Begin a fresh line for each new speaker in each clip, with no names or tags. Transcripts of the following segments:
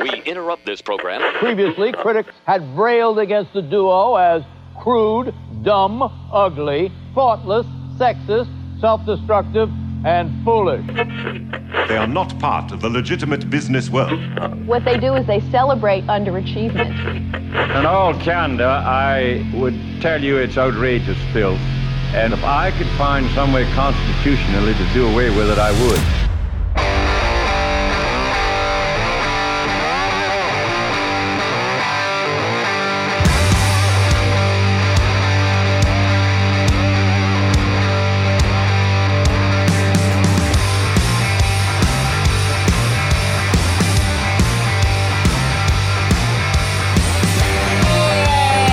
We interrupt this program.
Previously, critics had railed against the duo as crude, dumb, ugly, thoughtless, sexist, self destructive, and foolish.
They are not part of the legitimate business world.
What they do is they celebrate underachievement.
In all candor, I would tell you it's outrageous filth. And if I could find some way constitutionally to do away with it, I would.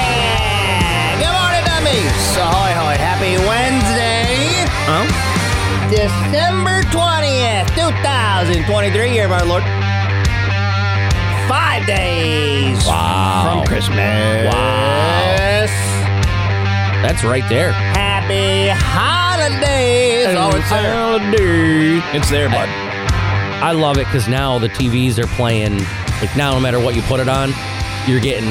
Good morning, dummies. Ahoy, hoy. Happy Wednesday. Huh? December 20th, 2023, year of our Lord. Five days wow. from Christmas. Wow.
That's right there.
Happy holidays. Oh, it's there.
It's there, bud. I love it because now the TVs are playing. Like now, no matter what you put it on, you're getting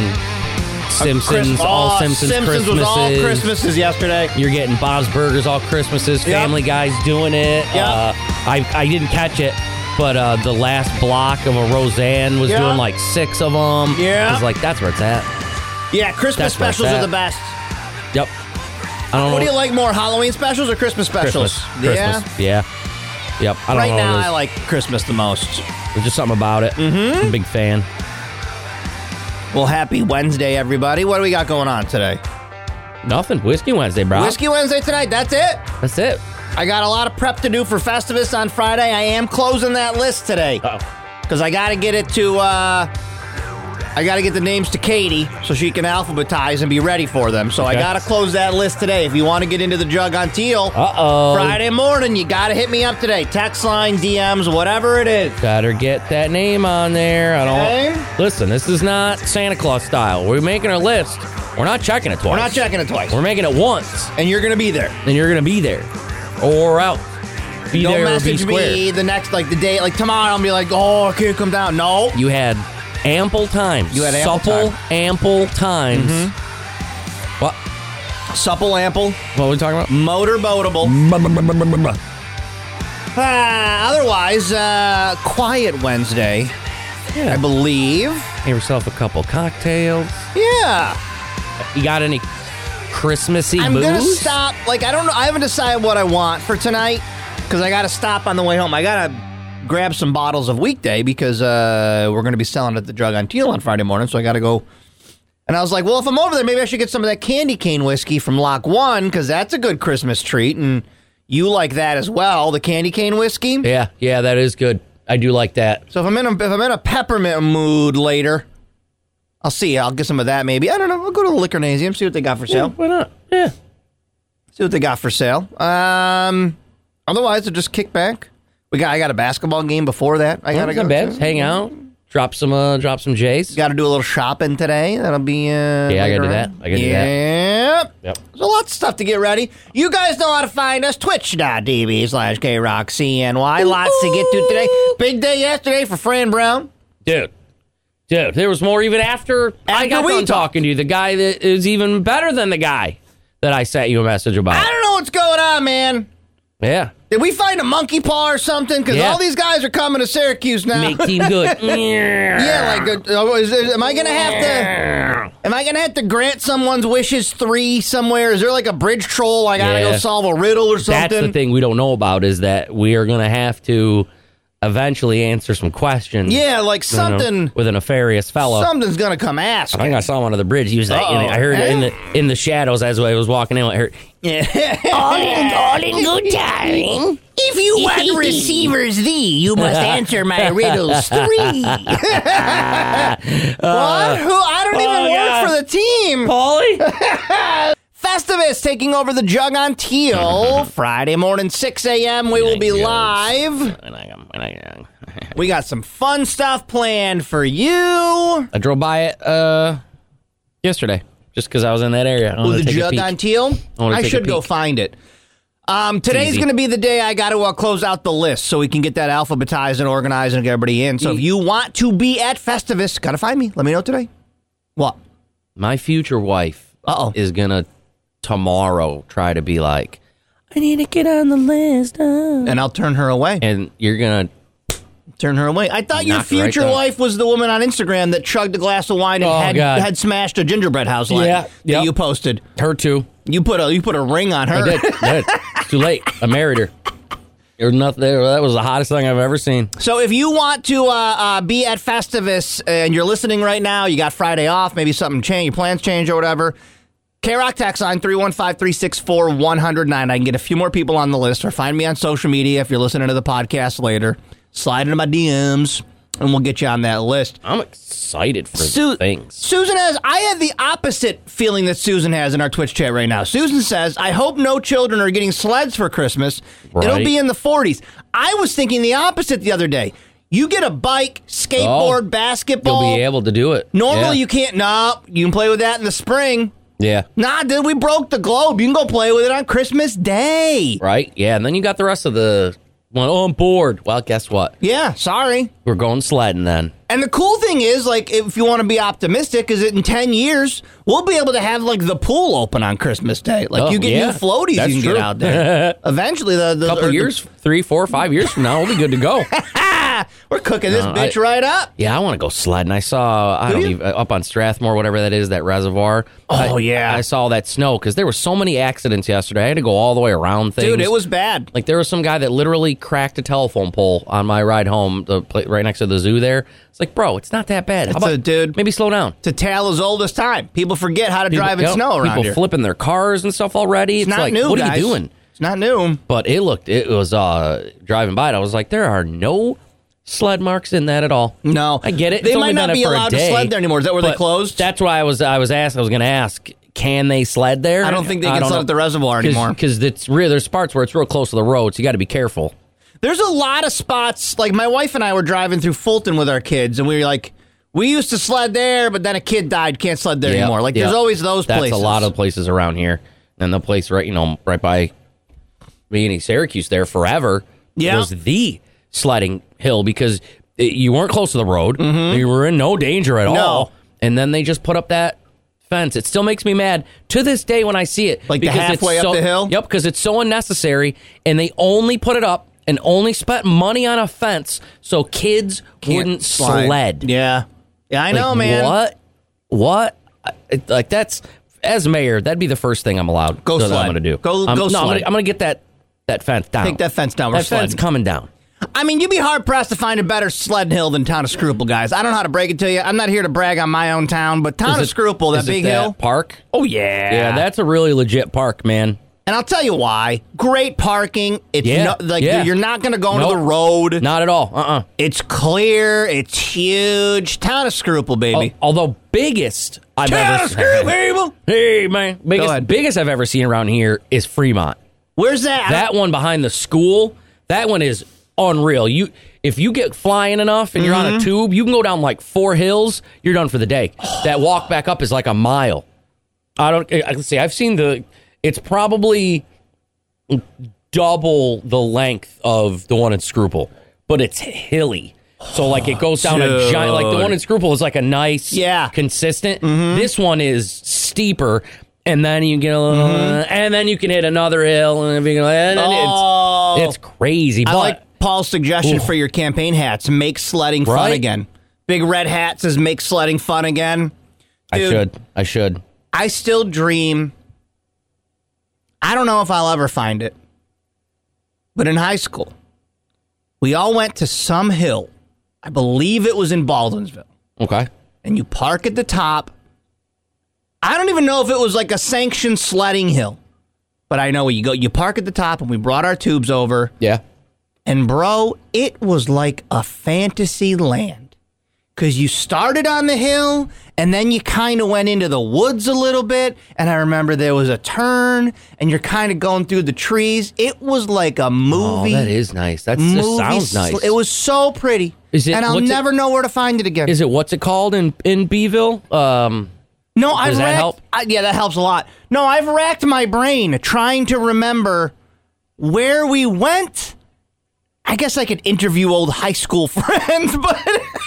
Simpsons, all
Oh,
Simpsons,
Simpsons was
Christmases.
all Christmases yesterday.
You're getting Bob's Burgers, all Christmases.
Yep.
Family Guys doing it.
Yep.
Uh, I I didn't catch it, but uh, the last block of a Roseanne was
Yeah.
doing like six of them.
Yeah.
it's like that's where it's at.
Yeah, Christmas
That's where it's
specials are
at.
the best.
Yep. I don't know.
What do you like more, Halloween specials or Christmas specials?
Christmas. Christmas. Yeah. Yep. I
Yeah.
don't
Right
know. what
now,
it is.
I like Christmas the most.
There's just something about it. Mm-hmm. I'm a big fan.
Well, happy Wednesday, everybody. What do we got going on today?
Nothing. Whiskey Wednesday, bro.
Whiskey Wednesday tonight. That's it.
That's it.
I got a lot of prep to do for Festivus on Friday. I am closing that list today
Uh-oh.
because I got to get it to. Uh, I got to get the names to Katie so she can alphabetize and be ready for them. So I
Okay.
got to close that list today. If you want to get into the jug on teal
Uh-oh.
Friday morning, you got to hit me up today. Text line, DMs, whatever it is.
Gotta get that name on there. I don't.
Okay.
Listen, this is not Santa Claus style. We're making a list. We're not checking it twice.
We're not checking it twice,
We're making it once,
and you're gonna be there.
and you're gonna be there, or out. Be
Don't
there or be
message
square.
me the next like the day like tomorrow. I'll be like, oh, I can't come down. No,
You had ample time.
You had ample
supple,
time. Mm-hmm.
ample times. What?
supple ample,
What were we talking about?
motorboatable. Ah, otherwise, uh, quiet Wednesday, I
Yeah.
believe.
Have yourself a couple cocktails.
Yeah,
You got any Christmassy
I'm
booze?
gonna stop. Like, I don't know. I haven't decided what I want for tonight because I gotta stop on the way home. I gotta grab some bottles of weekday because uh, we're gonna be selling at the drug on Teal on Friday morning. So I gotta go. And I was like, well, if I'm over there, maybe I should get some of that candy cane whiskey from Lock One because that's a good Christmas treat, and you like that as well, the candy cane whiskey.
Yeah, yeah, that is good. I do like that.
So if I'm in a, if I'm in a peppermint mood later, I'll see. I'll get some of that maybe. I don't know. I'll go to the Liquornasium, see what they got for sale.
Why not? Yeah.
See what they got for sale. Um, otherwise, I'll just kick back. We got I got a basketball game before that. I gotta
Gotta
go.
go bed,
to.
hang out, drop some uh drop some J's.
Got to do a little shopping today. That'll be uh,
Yeah, I gotta
later
do
on.
that. I gotta do that.
Yep.
Yep.
There's a lot of stuff to get ready. You guys know how to find us. Twitch.tv slash KRockCNY. Lots to get to today. Big day yesterday for Fran Brown.
Dude. Dude, there was more even after, I
After
got
we
done
talked.
talking to you. The guy that is even better than the guy that I sent you a message about.
I don't know what's going on, man.
Yeah.
Did we find a monkey paw or something? Because
Yeah.
all these guys are coming to Syracuse now.
Make team good.
yeah,
yeah.
like, uh, uh, is there- am I gonna have to? Am I gonna have to grant someone's wishes three somewhere? Is there like a bridge troll? I gotta go
Yeah.
solve a riddle or something.
That's the thing we don't know about is that we are gonna have to eventually answer some questions.
Yeah, like
you know,
something.
with a nefarious fellow.
Something's gonna come ask.
uh, I think I saw him under the bridge. He was like,
Uh-oh.
I heard it in the in the shadows as I was walking in. I heard,
all in all in good time. If you want receivers thee, you must answer my riddles three. what? Who? I don't even
Uh, oh,
work
God.
for the team.
Paulie,
Festivus taking over the jug on teal Friday morning, 6 a.m. We will be live. We got some fun stuff planned for you.
I drove by it uh, yesterday just because I was in that area. I
Ooh, the
wanted to take a
jug
peek.
on teal.
I wanna
I
take a
should go
peek.
find it. Um, today's
easy.
going to be the day I got to uh, close out the list so we can get that alphabetized and organized and get everybody in. So if you want to be at Festivus, got to find me. Let me know today. What?
My future wife
Uh-oh.
is gonna tomorrow try to be like, I need to get on the list, uh."
And I'll turn her away.
and you're gonna
Turn her away. I thought your
Knock her right
future
down.
wife was the woman on Instagram that chugged a glass of wine and
Oh,
had,
God.
had smashed a gingerbread house line
Yeah,
that
yep.
you posted.
her too.
You put a you put a ring on her.
I did. I did. It's Too late. I married her. There was nothing. there- That was the hottest thing I've ever seen.
So if you want to uh, uh, be at Festivus and you're listening right now, you got Friday off, maybe something change, your plans change or whatever. K Rock Tax Line 315 364 109. I can get a few more people on the list or find me on social media if you're listening to the podcast later. Slide into my DMs and we'll get you on that list.
I'm excited for
Su-
things.
Susan has. I have the opposite feeling that Susan has in our Twitch chat right now. Susan says, "I hope no children are getting sleds for Christmas. It'll
Right.
be in the 40s." I was thinking the opposite the other day. You get a bike, skateboard,
Oh. You'll
basketball.
be able to do it.
Normally,
yeah.
you can't. No, you can play with that in the spring.
Yeah.
Nah, dude, we broke the globe. You can go play with it on Christmas Day.
Right. Yeah. And then you got the rest of the one. Oh, I'm bored. Well, guess what?
Yeah, sorry.
We're going sledding then.
And the cool thing is, like, if you want to be optimistic, is that in ten years we'll be able to have like the pool open on Christmas Day. Like,
Oh,
you get
yeah.
new floaties
That's
you can
true.
get out there. Eventually, the, the
A couple
or the-
years, three, four, five years from now, we'll be good to go.
we're cooking this
No, I-
bitch right up.
Yeah, I want to go sledding. I saw I
Do
don't
you?
even uh, up on Strathmore, whatever that is, that reservoir.
Oh,
I-
yeah.
I saw that snow because there were so many accidents yesterday. I had to go all the way around things.
Dude, it was bad.
like there was some guy that literally cracked a telephone pole on my ride home, the pla right next to the zoo. There, it's like, bro, it's not that bad. How
It's a- dude.
maybe slow down.
It's a tale as old as time. People forget how to drive in
Yep,
snow around
people
here.
flipping their cars and stuff already.
it's
It's,
not
like,
new.
what
guys.
are you doing?
It's not new.
But it looked, it was uh driving by it. I was like, there are no sled marks in that at all.
No,
I get it.
They
It's
might
only
not
been it
be
for a
allowed to
day,
sled there anymore. Is that where they
but
closed?
That's why I was I was asked. I was going to ask, can they sled there?
I don't think they can sled at the reservoir anymore.
because it's real. There's parts where it's real close to the road, so you got to be careful.
There's a lot of spots. Like my wife and I were driving through Fulton with our kids, and we were like, we used to sled there, but then a kid died. Can't sled there
Yeah,
anymore. Like there's
yeah.
always those
That's
places.
a lot of places around here, and the place right you know right by being Syracuse there forever
Yeah.
was the sledding hill because it, you weren't close to the road, you were in no danger at
Mm-hmm. No.
all, and then they just put up that fence. It still makes me mad to this day when I see it.
Like the
because it's
halfway up
so-
the hill?
Yep, because it's so unnecessary, and they only put it up. And only spent money on a fence so kids wouldn't
slide.
sled.
Yeah, yeah, I know,
Like,
man.
What? What? I- it- Like that's as mayor, that'd be the first thing I'm allowed.
Go
that
sled.
I'm gonna do.
Go-
I'm,
go
no, I'm
sled.
gonna, I'm gonna get that that fence down.
Take that fence down. We're
That fence
sledding.
coming down.
I mean, you'd be hard pressed to find a better sled hill than Town of Scruple, guys. I don't know how to break it to you. I'm not here to brag on my own town, but Town
Is
of
it-
Scruple, that
is it
big hill.
park. Ah.
Oh yeah,
Yeah, that's a really legit park, man.
And I'll tell you why. Great parking. It's
Yeah,
no, like
yeah.
you're not going to go
Nope.
into the road.
Not at all. Uh uh
It's clear. It's huge. Town of Scruple, baby.
although biggest I've ever
people.
Hey man,
ahead.
biggest biggest I've ever seen around here is Fremont.
Where's that?
That one behind the school, that one is unreal. You if you get flying enough and you're on a tube, you can go down like four hills, you're done for the day. that walk back up is like a mile. I don't I can see I've seen the it's probably double the length of the one in Scruple, but it's hilly. So like it goes down a giant like the one in Scruple is like a nice
Yeah. Mm-hmm.
consistent. This one is steeper and then you get a little
Mm-hmm.
and then you can hit another hill and everything like and then
Oh.
it's it's crazy.
I
but
like Paul's suggestion for your campaign hats. Make sledding fun
Right?
again. Big red hat says make sledding fun again.
I
dude.
should. I should.
I still dream. I don't know if I'll ever find it. But in high school, we all went to some hill. I believe it was in Baldwinsville.
Okay.
and you park at the top. I don't even know if it was like a sanctioned sledding hill, but I know where you go. You park at the top, and we brought our tubes over.
Yeah.
And bro, it was like a fantasy land. Cause you started on the hill and then you kind of went into the woods a little bit. And I remember there was a turn and you're kind of going through the trees. It was like a
Oh,
movie.
that is nice. That's, that
movie
sounds
sl-
nice.
It was so pretty.
Is it-
and I'll
what's it-
never know where to find it again.
Is it what's it called in in Beeville? Um,
No, I've
that
racked,
help?
I, yeah, that helps a lot. No, I've racked my brain trying to remember where we went. I guess I could interview old high school friends, but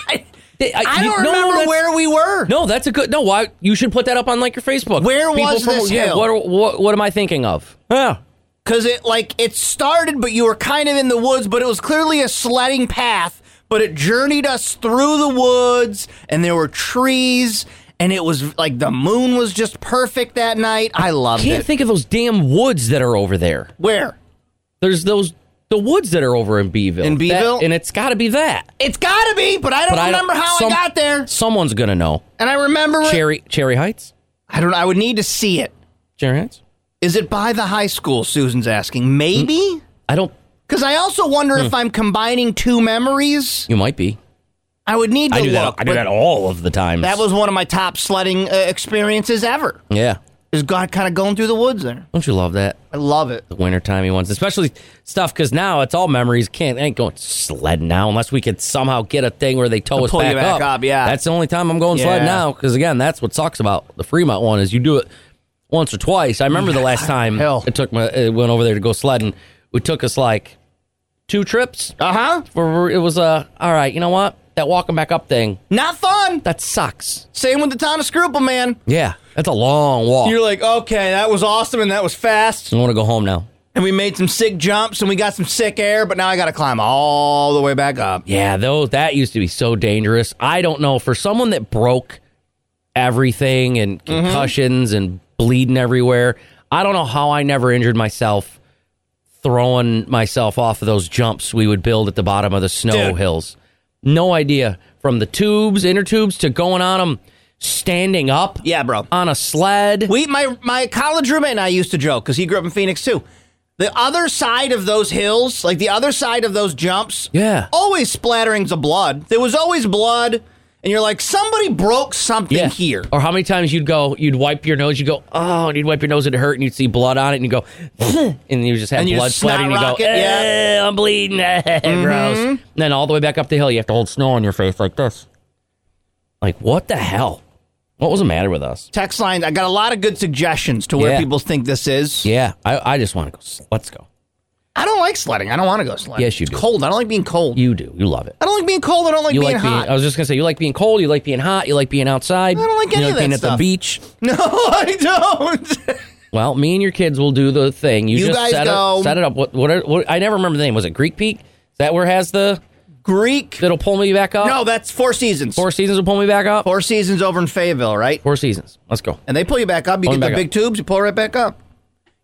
I,
Hey, I-
I
you-
don't
no, no,
remember
that's-
where we were.
No, that's a good. No, why you should put that up on like your Facebook.
Where was this
Yeah,
hill?
what, what what am I thinking of? Yeah,
Cause it like it started, but you were kind of in the woods, but it was clearly a sledding path. But it journeyed us through the woods, and there were trees, and it was like the moon was just perfect that night. I loved
can't
it.
think of those damn woods that are over there.
where
There's those the woods that are over in Beeville.
In
That-
Beeville?
and it's got to be that.
it's gotta be, but I don't
But I don't-
remember how
some-
I got there,
Someone's gonna know.
and I remember it.
Cherry Cherry Heights.
I don't. know. I would need to see it.
Cherry Heights.
Is it by the high school? Susan's asking. Maybe
I don't.
because I also wonder
Hmm.
if I'm combining two memories.
You might be.
I would need to
I do
look.
that. I do
but
that all of the time.
That was one of my top sledding uh, experiences ever.
yeah.
Is God kind of going through the woods there?
Don't you love that?
I love it.
the wintertimey ones, especially stuff because now it's all memories. Can't ain't going sledding now unless we could somehow get a thing where they tow us
pull
back,
you back
up.
up, yeah.
that's the only time I'm going
Yeah.
sledding now because again, that's what sucks about the Fremont one is you do it once or twice. I remember the last time
Hell.
it took my it went over there to go sledding. It took us like two trips.
Uh huh.
Where it was uh, all right. You know what? That walking back up thing
Not fun.
that sucks.
Same with the town of Scruple, man.
Yeah, that's a long walk.
You're like, okay, that was awesome and that was fast,
I want to go home now.
and we made some sick jumps and we got some sick air, but now I got to climb all the way back up.
Yeah, those that used to be so dangerous. I don't know for someone that broke everything and
Mm-hmm.
concussions and bleeding everywhere. I don't know how I never injured myself throwing myself off of those jumps we would build at the bottom of the snow
Dude.
hills. No idea from the tubes, inner tubes to going on them standing up.
Yeah, bro.
on a sled.
We my my college roommate and I used to joke because he grew up in Phoenix too. The other side of those hills, like the other side of those jumps,
Yeah.
always splatterings of blood. There was always blood, and you're like, somebody broke something
Yeah.
here.
Or how many times you'd go, you'd wipe your nose, you'd go, oh, and you'd wipe your nose, it hurt, and you'd see blood on it, and you go, and you just have
And you
blood
just snot
sweating, and you go,
rocket, yeah. Mm-hmm.
"Eh, I'm bleeding, gross. And then all the way back up the hill, you have to hold snow on your face like this. Like, what the hell? What was the matter with us?
text line. I got a lot of good suggestions to where
Yeah.
people think this is.
Yeah, I, I just want to go. s- Let's go.
I don't like sledding. I don't want to go sledding.
Yes, you
It's
do.
cold. I don't like being cold.
You do. You love it.
I don't like being cold. I don't like
You
being
like being.
hot.
I was just gonna say you like being cold. You like being hot. You like being outside.
I don't like
you
any of that
being at
stuff.
the beach.
no, I don't.
Well, me and your kids will do the thing. You,
You
just
guys
set,
go.
It, set it up. What, what, are- what? I never remember the name. Was it Greek Peak? Is that where it has the
Greek.
that'll pull me back up?
No, that's four seasons.
Four seasons will pull me back up. Four,
Four seasons over in Fayetteville, right?
seasons. Let's go.
And they pull you back up. You
Pull
get
me
the
back
big tubes. You pull right back up.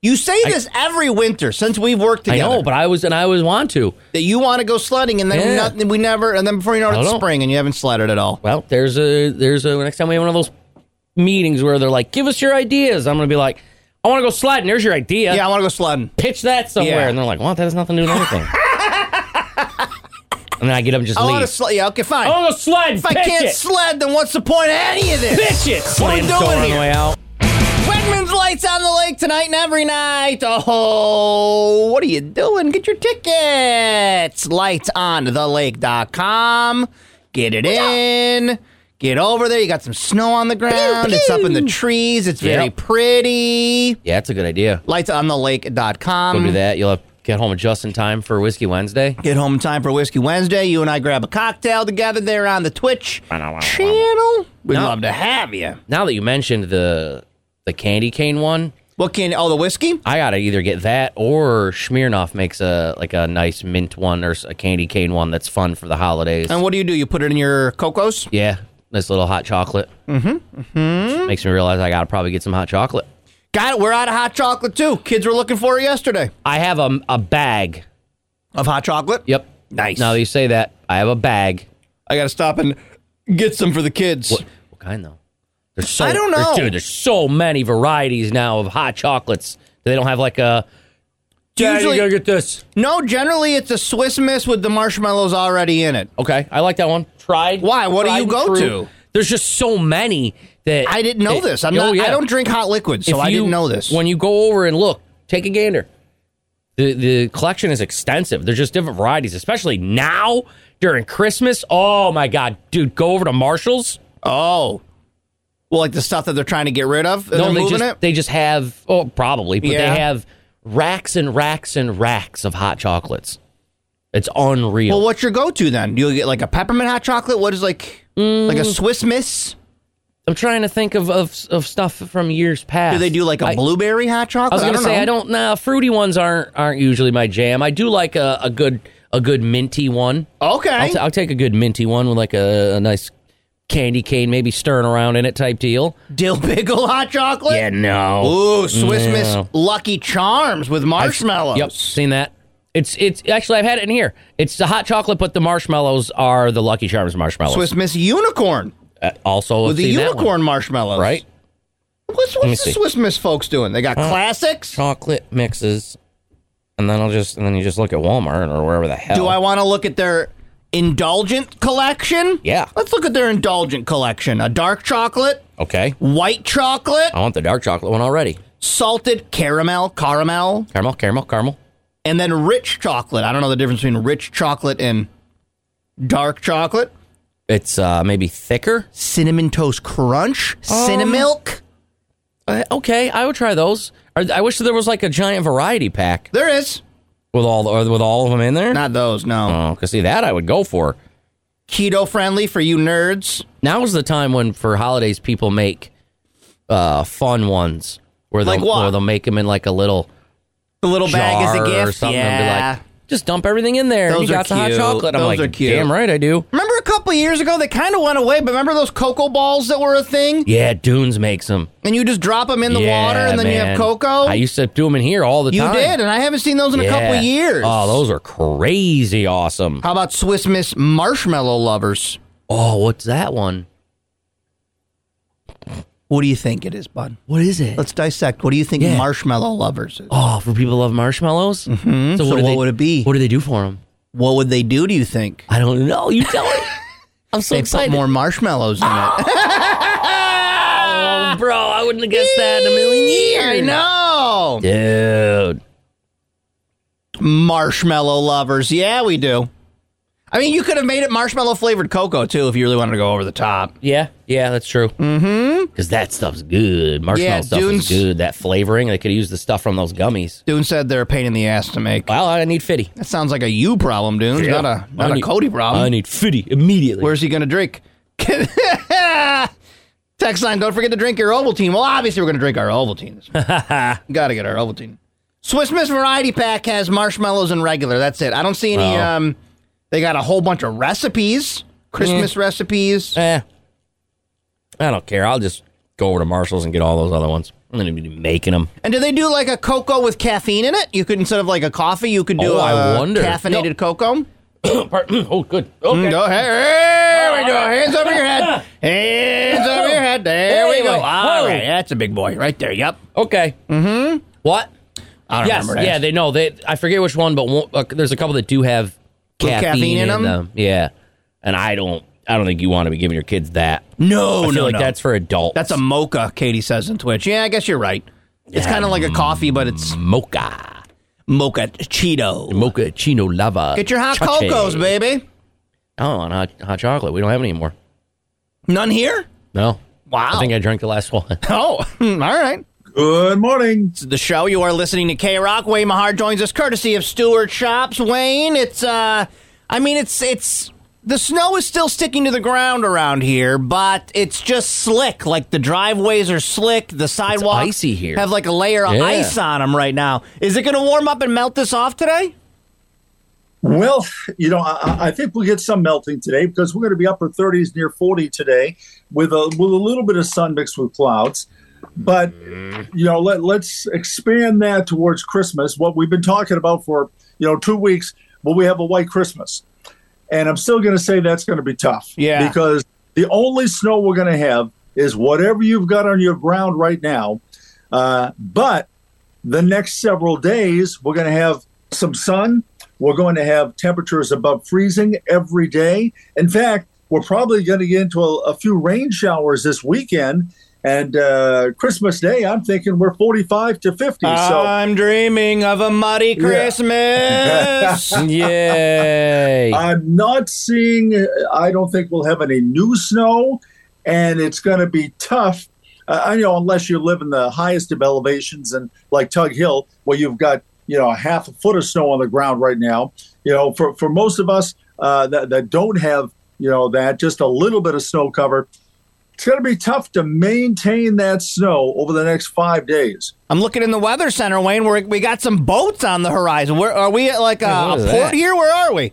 You say this every winter since we've worked
I
together.
know, but I was and I always want to.
that you want to go sledding, and then
Yeah.
nothing, we never, and then before you know it,
I
it's
don't.
spring, and you haven't sledded at all.
Well, there's a there's a next time we have one of those meetings where they're like, "Give us your ideas." I'm gonna be like, "I want to go sliding." There's your idea.
Yeah, I want to go sledding.
pitch that somewhere,
Yeah.
and they're like, "What? That has nothing to do with anything." and then I get up and just
I want
leave.
to sled. Yeah, okay, fine.
I want to go sliding.
If I
pitch
can't
it.
sled, then what's the point of any of this?
pitch it.
What are we
Slams
doing
door on the
here?
way out.
Wegmans lights on the lake tonight and every night. Oh, what are you doing? Get your tickets. Lightsonthelake.com. Get it in. Get over there. You got some snow on the ground. It's up in the trees. It's very
Yep.
pretty.
Yeah, that's a good idea.
LightsontheLake.com.
Go do that. You'll have, get home just in time for Whiskey Wednesday.
Get home in time for Whiskey Wednesday. You and I grab a cocktail together there on the Twitch channel. We'd
No.
love to have you.
Now that you mentioned the the candy cane one,
What can? Oh, the whiskey.
I gotta either get that or Smirnoff makes a like a nice mint one or s- a candy cane one that's fun for the holidays.
And what do you do? You put it in your cocos.
yeah, nice little hot chocolate. Mm-hmm. mm-hmm. Makes me realize I gotta probably get some hot chocolate.
Got it. We're out of hot chocolate too. Kids were looking for it yesterday.
I have a, a bag.
Of hot chocolate.
Yep.
Nice.
Now that you say that, I have a bag.
I got to stop and get some for the kids.
What, what kind though? There's so
I don't
there's-
know.
dude. There's so many varieties now of hot chocolates. They don't have like a. Dad,
Usually-
you gotta get this.
No, generally it's a Swiss Miss with the marshmallows already in it.
Okay, I like that one. Tried.
Why? What do
tried
you
and
go
true.
to?
There's just so many that
I didn't know
it-
this. I'm
Oh,
not.
yeah.
I don't drink hot liquids, so
If
I
you-
didn't know this.
When you go over and look, take a gander. The the collection is extensive. There's just different varieties, especially now during Christmas. Oh my god, dude, go over to Marshalls.
oh, well, like the stuff that they're trying to get rid of. and they're
they
moving
just
it.
they just have oh probably, but
Yeah.
they have racks and racks and racks of hot chocolates. It's unreal.
Well, what's your go-to then? Do you get like a peppermint hot chocolate? What is like like
Mm.
a Swiss Miss?
I'm trying to think of, of of stuff from years past.
Do they do like a
I-
blueberry hot
I
chocolate?
was gonna say
know.
I don't. Nah, fruity ones aren't aren't usually my jam. I do like a, a good a good minty one.
Okay.
I'll, t- I'll take a good minty one with like a, a nice candy cane, maybe stirring around in it type deal.
Dill pickle hot chocolate.
Yeah, no.
Ooh, Swiss
No.
Miss Lucky Charms with marshmallows.
Yep, seen that. It's it's actually I've had it in here. It's the hot chocolate, but the marshmallows are the Lucky Charms marshmallows.
Swiss Miss Unicorn
Uh, also,
with the
seen that one.
unicorn marshmallows.
right?
What's,
me
what's the
see.
Swiss Miss folks doing? They got classics.
Chocolate mixes, and then I'll just and then you just look at Walmart or wherever the hell.
Do I want to look at their indulgent collection?
Yeah.
Let's look at their indulgent collection. A dark chocolate,
Okay,
white chocolate,
I want the dark chocolate one already.
salted caramel, caramel,
Caramel, caramel, caramel.
and then rich chocolate. I don't know the difference between rich chocolate and dark chocolate.
It's uh, maybe thicker.
Cinnamon Toast Crunch,
Um.
Cinnamilk.
Uh, okay, I would try those. Or, I wish there was like a giant variety pack
There is.
with all the, or with all of them in there.
Not those, no.
oh, cause see that I would go for.
Keto friendly for you nerds.
Now is the time when for holidays people make uh, fun ones where they'll
Like what?
where they'll make them in like a little
The little bag is
jar
a gift.
or something
yeah.
and be like, just dump everything in there. and
Those
you
are
got some hot
cute.
chocolate. I'm
Those
like,
are cute.
damn right I do.
remember a couple years ago they kind of went away, but remember those cocoa balls that were a thing?
Yeah, Dunes makes them
And you just drop them in the
Yeah,
water and then you
man.
have cocoa?
I used to do them in here all the
you
time.
did, and I haven't seen those in a
Yeah.
couple years.
Oh, those are crazy awesome.
How about Swiss Miss Marshmallow Lovers?
Oh, what's that one?
What do you think it is, bud?
What is it?
Let's dissect. What do you think
Yeah.
Marshmallow Lovers is?
Oh, for people who love marshmallows. Mm-hmm.
So
So, do
what
they-
would it be?
What do they do for them?
What would they do, do you think?
I don't know. You tell it. I'm so
They
excited,
put more marshmallows in it.
Oh, bro. I wouldn't have guessed that in a million years.
I know.
dude.
Marshmallow Lovers. Yeah, we do. I mean, you could have made it marshmallow flavored cocoa, too, if you really wanted to go over the top.
Yeah, yeah, that's true. Mm-hmm. Because that stuff's good. Marshmallow
Yeah,
stuff
Dunes-
is good. That flavoring, they could use the stuff from those gummies.
Dune said they're a pain in the ass to make.
Well, I need fitty.
That sounds like a you problem, Dune. Not a not
I
a
need-
Cody problem.
I need fitty immediately.
Where's he going to drink? Text line, don't forget to drink your Ovaltine. Well, obviously, we're going to drink our Ovaltine. This Got to get our Ovaltine. Swiss Miss Variety Pack has marshmallows and regular. That's it. I don't see any.
Oh.
Um, they got a whole bunch of recipes, Christmas recipes.
Eh, I don't care. I'll just go over to Marshall's and get all those other ones. I'm going to be making them.
And do they do like a cocoa with caffeine in it? You could instead of like a coffee, you could do
Oh, I
a
wonder.
caffeinated
No.
cocoa.
oh, good. Okay.
Mm, Go ahead. There we go. Hands over your head. Hands over your head. There we go.
Anyway.
All
Whoa.
right, that's a big boy right there. Yep.
Okay. Mm-hmm. What?
I don't
Yes.
remember that.
Yeah. They know. They. I forget which one, but one, uh, there's a couple that do have caffeine,
caffeine in 'em?
Yeah. And I don't. I don't think you want to be giving your kids that.
No,
I feel
Oh, no,
like
no.
that's for adults.
That's a mocha, Katie says on Twitch. Yeah, I guess you're right. It's kind of like a coffee, but it's
mocha,
mocha Cheeto.
mocha chino lava.
Get your hot
Chache.
cocos, baby.
I don't want hot, hot chocolate. We don't have any anymore.
None here?
No.
Wow.
I think I drank the last one.
oh, all right.
Good morning.
It's the show. You are listening to K Rock. Wayne Mahar joins us courtesy of Stewart Shops. Wayne, it's uh I mean it's it's the snow is still sticking to the ground around here, but it's just slick. Like the driveways are slick. The sidewalks
icy here.
have like a layer of
Yeah.
ice on them right now. Is it going to warm up and melt this off today?
Well, you know, I, I- I think we'll get some melting today because we're going to be upper 30s, near 40 today, with a with a little bit of sun mixed with clouds. But you know, let let's expand that towards Christmas. What we've been talking about for you know two weeks, will we have a white Christmas? And I'm still going to say that's going to be tough.
Yeah.
Because the only snow we're going to have is whatever you've got on your ground right now. Uh, but the next several days, we're going to have some sun. We're going to have temperatures above freezing every day. In fact, we're probably going to get into a, a few rain showers this weekend. And uh, Christmas Day, I'm thinking we're 45 to 50. so
I'm dreaming of a muddy Christmas.
Yay.
I'm not seeing, I don't think we'll have any new snow, and it's going to be tough Uh, I know unless you live in the highest of elevations and like Tug Hill, where you've got you know a half a foot of snow on the ground right now. You know, for for most of us uh, that that don't have you know that just a little bit of snow cover, it's going to be tough to maintain that snow over the next five days.
I'm looking in the weather center, Wayne. Where we got some boats on the horizon. Where are we? At like a,
Yeah, what
a
is
port
that?
here? Where are we?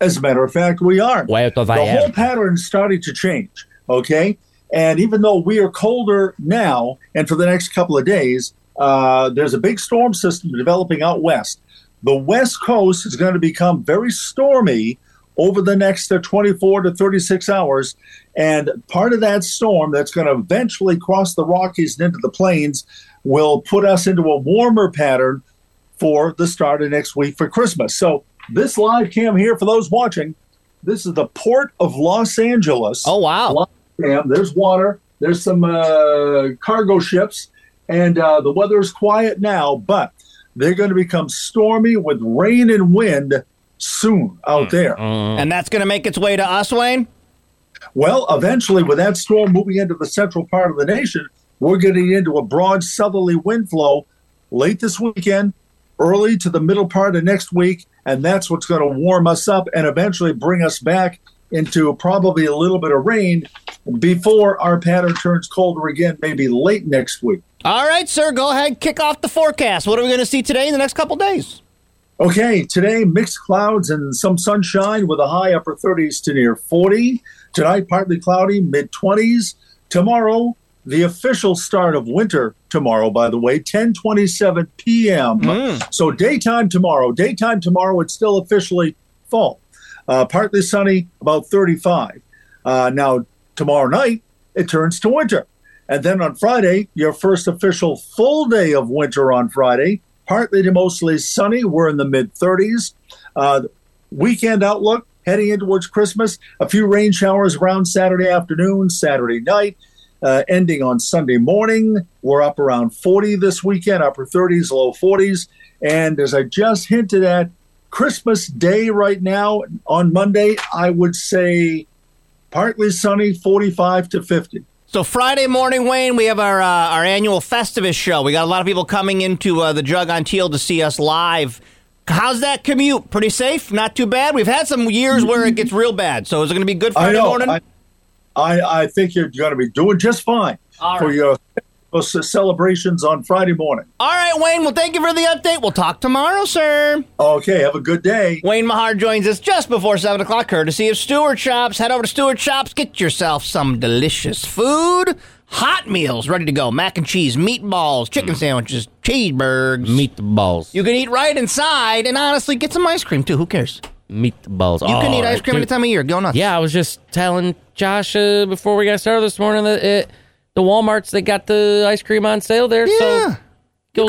As a matter of fact, we are.
Puerto
the
Vallarta.
whole pattern started to change. Okay, and even though we are colder now, and for the next couple of days, uh, there's a big storm system developing out west. The west coast is going to become very stormy over the next uh, 24 to 36 hours, and part of that storm that's going to eventually cross the Rockies and into the plains will put us into a warmer pattern for the start of next week for Christmas. So this live cam here for those watching. This is the port of Los Angeles.
Oh wow!
Lot- Cam, there's water. There's some uh, cargo ships, and uh, the weather is quiet now, but they're going to become stormy with rain and wind soon out there.
And that's going to make its way to us, Wayne.
Well, eventually, with that storm moving into the central part of the nation, we're getting into a broad southerly wind flow late this weekend, early to the middle part of next week, and that's what's going to warm us up and eventually bring us back into probably a little bit of rain before our pattern turns colder again, maybe late next week.
All right, sir. Go ahead, kick off the forecast. What are we going to see today in the next couple days?
Okay, today mixed clouds and some sunshine with a high upper 30s to near 40. Tonight, partly cloudy, mid 20s. Tomorrow, the official start of winter tomorrow, by the way, 10:27 p.m. So daytime tomorrow. Daytime tomorrow, it's still officially fall. Uh, partly sunny, about 35. Uh, now tomorrow night, it turns to winter. And then on Friday, your first official full day of winter on Friday, partly to mostly sunny. We're in the mid 30s. Uh, weekend outlook heading in towards Christmas. A few rain showers around Saturday afternoon, Saturday night, uh, ending on Sunday morning. We're up around 40 this weekend, upper 30s, low 40s. And as I just hinted at, Christmas Day right now on Monday, I would say partly sunny, 45 to 50.
So Friday morning, Wayne, we have our uh, our annual Festivus show. We got a lot of people coming into uh, the Drug on Teal to see us live. How's that commute? Pretty safe, not too bad. We've had some years where it gets real bad. So is it going to be good
I
Friday
know.
morning?
I, I, I think you're going to be doing just fine for your those celebrations on Friday morning.
All right, Wayne. Well, thank you for the update. We'll talk tomorrow, sir.
Okay, have a good day.
Wayne Mahar joins us just before 7 o'clock, courtesy of Stewart Shops. Head over to Stewart Shops, get yourself some delicious food. Hot meals ready to go mac and cheese, meatballs, chicken sandwiches, cheeseburgers.
Meatballs.
You can eat right inside, and honestly, get some ice cream too. Who cares?
Meatballs. Oh,
You can eat ice cream any time of year. Go nuts.
Yeah, I was just telling Josh uh, before we got started this morning that it, the Walmarts they got the ice cream on sale there.
Yeah.
So go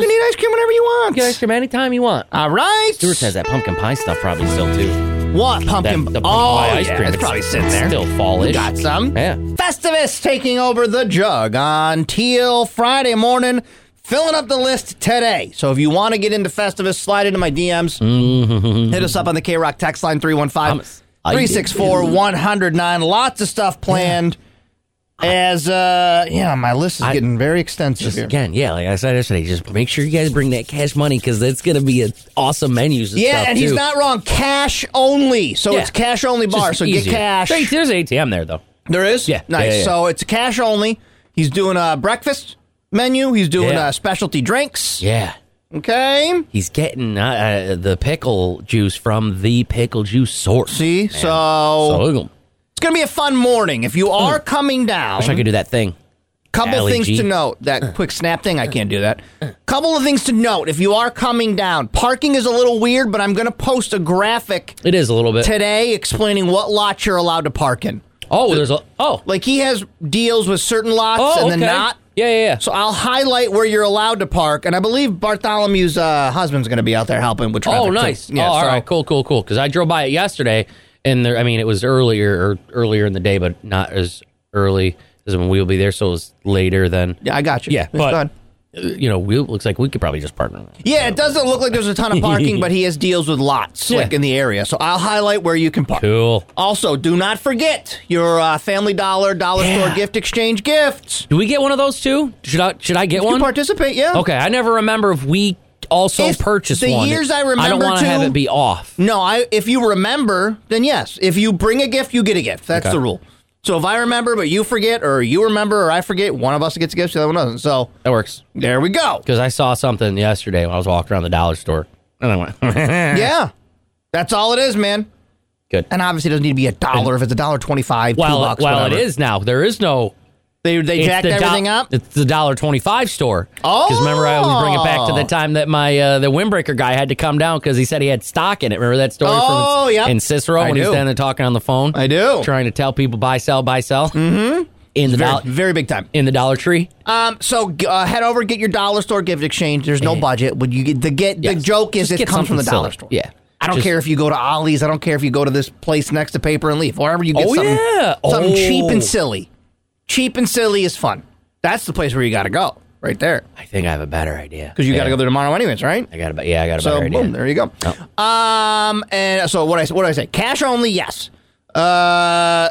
you can eat ice cream whenever you want.
get ice cream anytime you want.
All right.
Stewart has that pumpkin pie stuff probably still too.
What?
That,
Pumpkin.
the pumpkin
oh,
pie ice
yeah,
cream.
It's probably sitting there.
Still fallish.
We got some.
Yeah.
Festivus taking over the jug on Teal Friday morning, filling up the list today. So if you want to get into Festivus, slide into my DMs.
Mm-hmm.
Hit us up on the K Rock text line 315 364 109. Lots of stuff planned. As uh yeah, my list is getting very extensive
Just
here.
again, yeah, like I said yesterday, just make sure you guys bring that cash money because it's gonna be an awesome menus. And
yeah,
stuff,
and he's
too.
not wrong. Cash only. So
Yeah.
it's cash only
Just
bar. So
easier.
get cash.
There- There's an ATM there though.
There is?
Yeah.
Nice.
Yeah, yeah,
So it's cash only. He's doing a breakfast menu. He's doing
Yeah.
uh, specialty drinks.
Yeah.
Okay.
He's getting uh, uh, the pickle juice from the pickle juice source.
See? oh. So,
So we're gonna-
it's going to be a fun morning. If you are coming down,
wish I could do that thing.
couple
Ally
things
G. Uh.
to note. That quick snap thing, I can't do that. Couple of things to note. If you are coming down, parking is a little weird, but I'm going to post a graphic
It is a little bit.
today explaining what lots you're allowed to park in.
Oh, there's a oh.
Like he has deals with certain lots
Oh,
and then
okay.
not.
Yeah, yeah, yeah.
So I'll highlight where you're allowed to park, and I believe Bartholomew's uh, husband's going to be out there helping with traffic.
oh,
too.
nice.
Yeah,
oh, all
so-
right, cool, cool, cool. Because I drove by it yesterday, and there. I mean, it was earlier or earlier in the day, but not as early as when we'll be there. So it was later than.
Yeah, I got you.
Yeah,
It's
but
done.
uh, you know, we, looks like we could probably just partner.
Yeah, it doesn't look like there's a ton of parking, but he has deals with lots like
Yeah.
in the area. So I'll highlight where you can park.
Cool.
Also, do not forget your uh, Family Dollar Dollar
Yeah.
Store gift exchange gifts.
Do we get one of those too? Should I should I get
You
one?
participate, yeah.
okay, I never remember if we also
If
purchased
the
one.
years I
I don't
remember
wanna
to-
have it be off.
No, I if you remember, then yes. If you bring a gift, you get a gift. That's
Okay.
the rule. So if I remember but you forget, or you remember or I forget, one of us gets a gift, the other one doesn't. So
That works.
there we go.
Because I saw something yesterday when I was walking around the dollar store, and I went,
Yeah. That's all it is, man.
"Good."
And obviously, it doesn't need to be a dollar. If it's a dollar twenty-five,
Well,
two bucks,
well, it
whatever.
is now. There is no.
They they
it's
jacked
the do-
everything up.
It's the dollar twenty-five store.
Oh.
because remember I always bring it back to the time that my uh, the windbreaker guy had to come down because he said he had stock in it. Remember that story
Oh,
from
yep.
in Cicero
I
when he's
do.
down there talking on the phone.
I do.
trying to tell people buy, sell, buy, sell. Mm-hmm. In the
Very,
dollar,
very big time.
in the Dollar Tree.
Um, so g- uh, head over, get your dollar store gift exchange. There's no budget. Would you get the get the
Yes.
joke is
Just
it
get
comes from the
something
dollar
silly.
store.
Yeah.
I don't
Just-
care if you go to Ollie's. I don't care if you go to this place next to Paper and Leaf. Wherever you get
Oh,
something,
yeah.
something cheap
Oh.
and silly. Cheap and silly is fun. That's the place where you got to go. Right there,
I think I have a better idea
because you got to
Yeah.
go there tomorrow, anyways, right?
I got a be- yeah, I got a
So
better idea. Oh.
boom, there you go. Um, and so what I what do I say? Cash only, yes. Uh,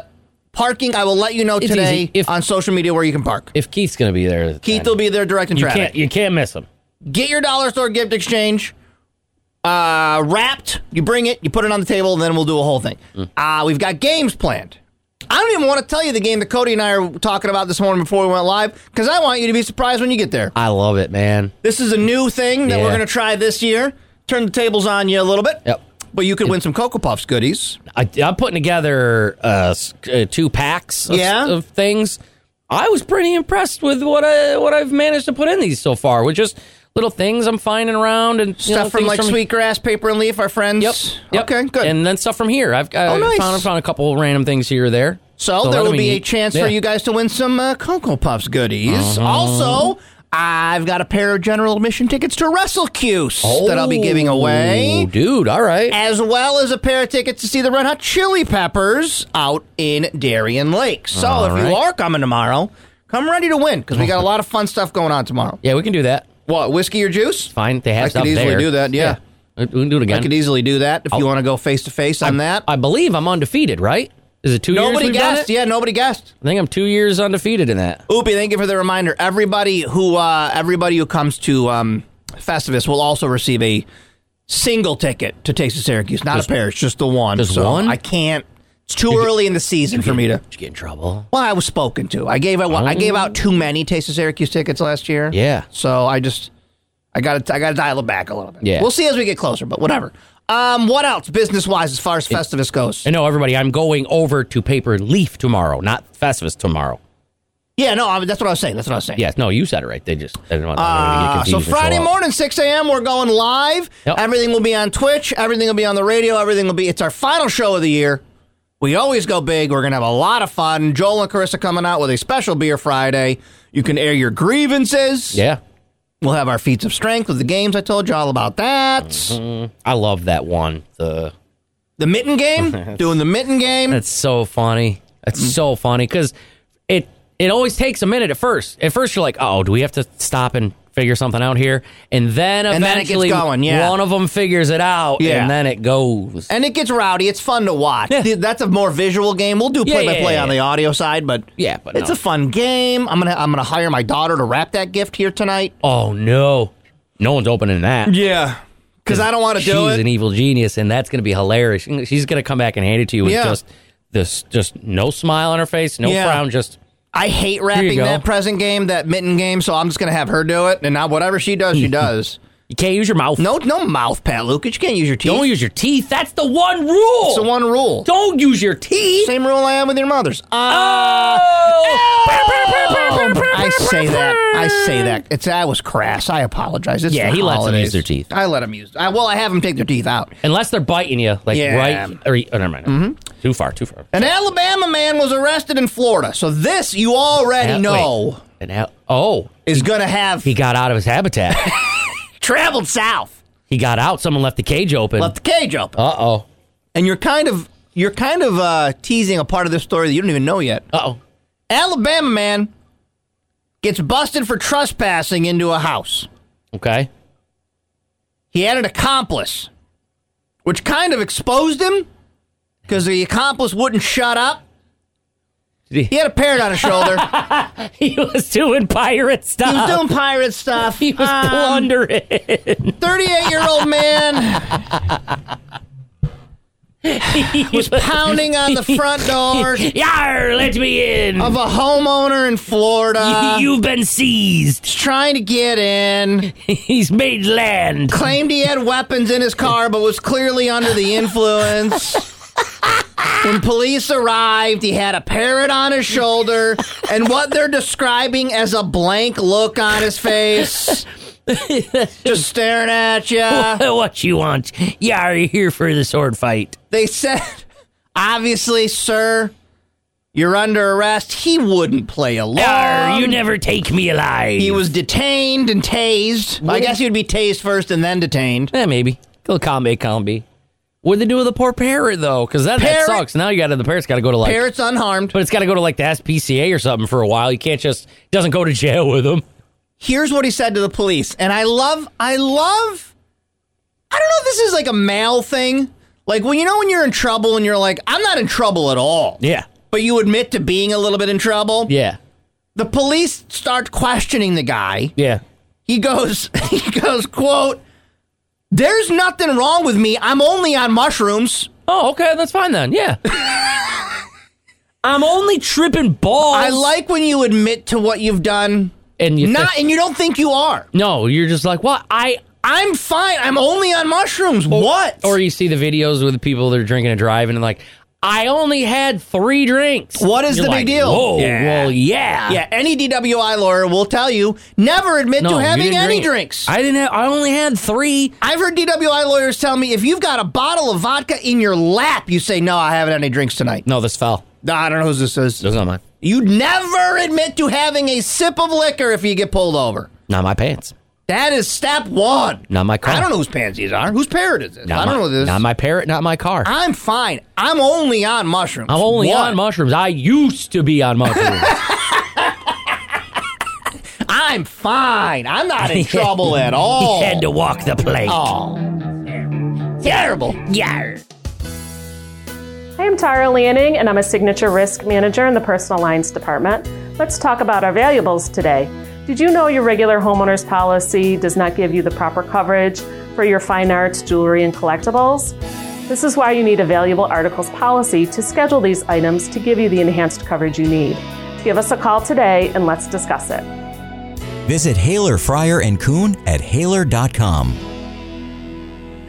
parking, I will let you know
It's
today
easy. If-
on social media where you can park.
If Keith's gonna be there,
Keith will be there directing
you
traffic.
can't you can't miss him.
Get your dollar store gift exchange. Uh, wrapped. You bring it. You put it on the table, and then we'll do a whole thing. Uh, we've got games planned. I don't even want to tell you the game that Cody and I are talking about this morning before we went live because I want you to be surprised when you get there.
I love it, man.
This is a new thing that we're
Yeah.
going to try this year. Turn the tables on you a little bit.
Yep.
But you could win some Cocoa Puffs goodies.
I, I'm putting together uh, s- uh, two packs of,
Yeah.
of things. I was pretty impressed with what I what I've managed to put in these so far with just little things I'm finding around and you know,
Stuff from
things
like Sweetgrass, Paper and Leaf, our friends.
Yep, yep.
Okay, good.
And then stuff from here. I've I
Oh, nice.
found, found a couple of random things here or there.
so,
that'll
there will be a
neat.
chance
Yeah. Uh-huh.
for you guys to win some uh, Cocoa Puffs goodies. Also, I've got a pair of general admission tickets to WrestleCuse that I'll be giving away.
Oh, dude. All right.
As well as a pair of tickets to see the Red Hot Chili Peppers out in Darien Lake. So if you
right.
are coming tomorrow, come ready to win because we got a lot of fun stuff going on tomorrow.
Yeah, we can do that.
What whiskey or juice?
Fine. They have
I
stuff
could easily
there.
do that. Yeah.
We we can do it again.
I could e- easily do that if you want to go face to face on that.
I believe I'm undefeated, right? Is it two
nobody
years? we've done
guessed.
it?
Yeah, nobody guessed.
I think I'm two years undefeated in that.
Oopie, thank you for the reminder. Everybody who uh, everybody who comes to um, Festivus will also receive a single ticket to Taste of Syracuse, not a pair. It's just the one.
just
So
one?
I can't. It's too early in the season for me to.
Did you get in trouble?
Well, I was spoken to. I gave out I gave out too many Taste of Syracuse tickets last year.
Yeah.
So I just I got to I got to dial it back a little bit.
Yeah.
We'll see as we get closer, but whatever. Um, what else business wise as far as Festivus goes?
And no, everybody, I'm going over to Paper Leaf tomorrow, not Festivus tomorrow.
yeah, no, I mean, that's what I was saying. That's what I was saying.
Yes, no, you said it right. They just I didn't want everybody
Uh,
to get
so
confused and show
Friday
up.
morning, 6 a.m., we're going live.
Yep.
Everything will be on Twitch. Everything will be on the radio. Everything will be. It's our final show of the year. We always go big. We're going to have a lot of fun. Joel and Carissa coming out with a special beer Friday. You can air your grievances.
Yeah,
We'll have our feats of strength with the games. I told you all about that.
I love that one. The
The mitten game, doing the mitten game.
that's so funny. That's so funny because it it always takes a minute at first. At first, you're like, oh, do we have to stop and figure something out here? And then
And then it gets
eventually,
going, yeah.
one of them figures it out,
Yeah.
and then it goes.
And it gets rowdy. It's fun to watch. Th- That's a more visual game. We'll do
Yeah,
play by play
yeah,
on
yeah.
the audio side, but
Yeah, but
it's
no.
a fun game. I'm gonna I'm gonna hire my daughter to wrap that gift here tonight.
Oh no, no one's opening that.
Yeah, because I don't want to
she's
do
an e-
it.
evil genius, and that's going to be hilarious. She's going to come back and hand it to you with
Yeah.
just this, just no smile on her face, no
Yeah.
frown, just
I hate wrapping
go.
that present game, that mitten game. So I'm just gonna have her do it, and now whatever she does, she does.
you can't use your mouth.
No, no mouth, Pat Lucas. You can't use your teeth.
don't use your teeth. That's the one rule.
It's the one rule.
Don't use your teeth.
Same rule I have with your mothers. Uh,
Oh!
I say that. I say that. It's I was crass. I apologize. It's
Yeah,
the
he lets 'em
holidays.
use their teeth.
I let them use. I, well, I have them take their teeth out.
Unless they're biting you, like
Yeah. Mm-hmm.
right or oh, never mind. Too far, too far.
An Alabama man was arrested in Florida. So this you already
Al-
know
wait. An al- oh,
is going to have
he got out of his habitat.
traveled south.
he got out. Someone left the cage open.
Left the cage open.
uh oh.
and you're kind of you're kind of uh, teasing a part of this story that you don't even know yet.
Uh oh.
Alabama man gets busted for trespassing into a house.
Okay.
He had an accomplice, which kind of exposed him because the accomplice wouldn't shut up.
Did he-
He had a parrot on his shoulder. he
He was doing pirate stuff.
was doing pirate stuff.
He was
Um,
plundering.
38 year old man was pounding on the front door
Yar, let me in.
of a homeowner in Florida.
You've been seized.
He's trying to get in.
He's made land.
Claimed he had weapons in his car, but was clearly under the influence. When police arrived, he had a parrot on his shoulder and what they're describing as a blank look on his face. Just staring at you.
what you want? Yar, you're here for the sword fight.
They said, obviously, sir, you're under arrest. He wouldn't play along.
Yar, you never take me alive.
Um, he was detained and tased. I guess he would be tased first and then detained.
Yeah, Eh, maybe. Little combi combi. What'd they do with the poor parrot though? Because that, that
Parrot-
sucks. Now you got to the parrot's got to go to like,
Parrot's unharmed.
but it's got to go to like the SPCA or something for a while. You can't just doesn't go to jail with him.
here's what he said to the police and i love i love i don't know if this is like a male thing like well you know when you're in trouble and you're like i'm not in trouble at all
Yeah,
but you admit to being a little bit in trouble
yeah,
the police start questioning the guy
yeah.
he goes he goes quote there's nothing wrong with me i'm only on mushrooms
Oh, okay, that's fine then. Yeah. I'm only tripping balls.
i like when you admit to what you've done
and you
not and you don't think you are
no. You're just like, what? I
i'm fine i'm only on mushrooms what
or you see the videos with the people that are drinking and driving and like, I only had three drinks.
What is
You're
the big
like,
deal?
Whoa,
Yeah.
well, yeah,
Yeah, any DWI lawyer will tell you never admit
No,
to
you
having
didn't
any
drink.
drinks. I-
I didn't. Have, I only had three.
have heard DWI lawyers tell me if you've got a bottle of vodka in your lap, you say, No, I haven't had any drinks tonight.
No, this fell.
No, I don't know who this is.
Those are not mine.
You'd never admit to having a sip of liquor if you get pulled over.
Not my pants.
That is step one.
Not my car.
I don't know whose pants these are. Whose parrot is this?
Not
I don't
my,
know what this
Not
is.
my parrot. Not my car.
I'm fine. I'm only on mushrooms.
I'm only
What?
on mushrooms. I used to be on mushrooms.
I'm fine. I'm not in trouble at all.
walk the plank.
Oh. Terrible.
Yar.
I am Tara Lanning, and I'm a signature risk manager in the personal lines department. Let's talk about our valuables today. Did you know your regular homeowner's policy does not give you the proper coverage for your fine arts, jewelry, and collectibles? This is why you need a valuable articles policy to schedule these items to give you the enhanced coverage you need. Give us a call today and let's discuss it.
Visit Haler, Fryer, and Kuhn at Haler.com.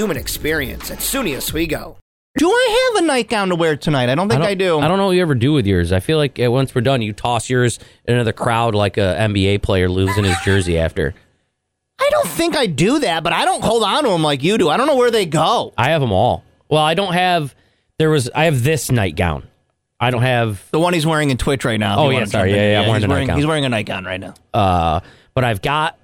human experience at SUNY Oswego. Do I have a nightgown to wear tonight? I don't think I, do.
I don't know what you ever do with yours. I feel like uh, once we're done, you toss yours in another crowd like a NBA player losing his jersey after.
I don't think I do that, but I don't hold on to them like you do. I don't know where they go.
I have them all. Well, I don't have. There was. I have this nightgown. I don't have.
The one he's wearing in Twitch right now. if
Oh,
you
yeah,
want
sorry.
something.
Yeah, yeah, I'm wearing
he's
a nightgown.
He's wearing a nightgown right now.
Uh, but I've got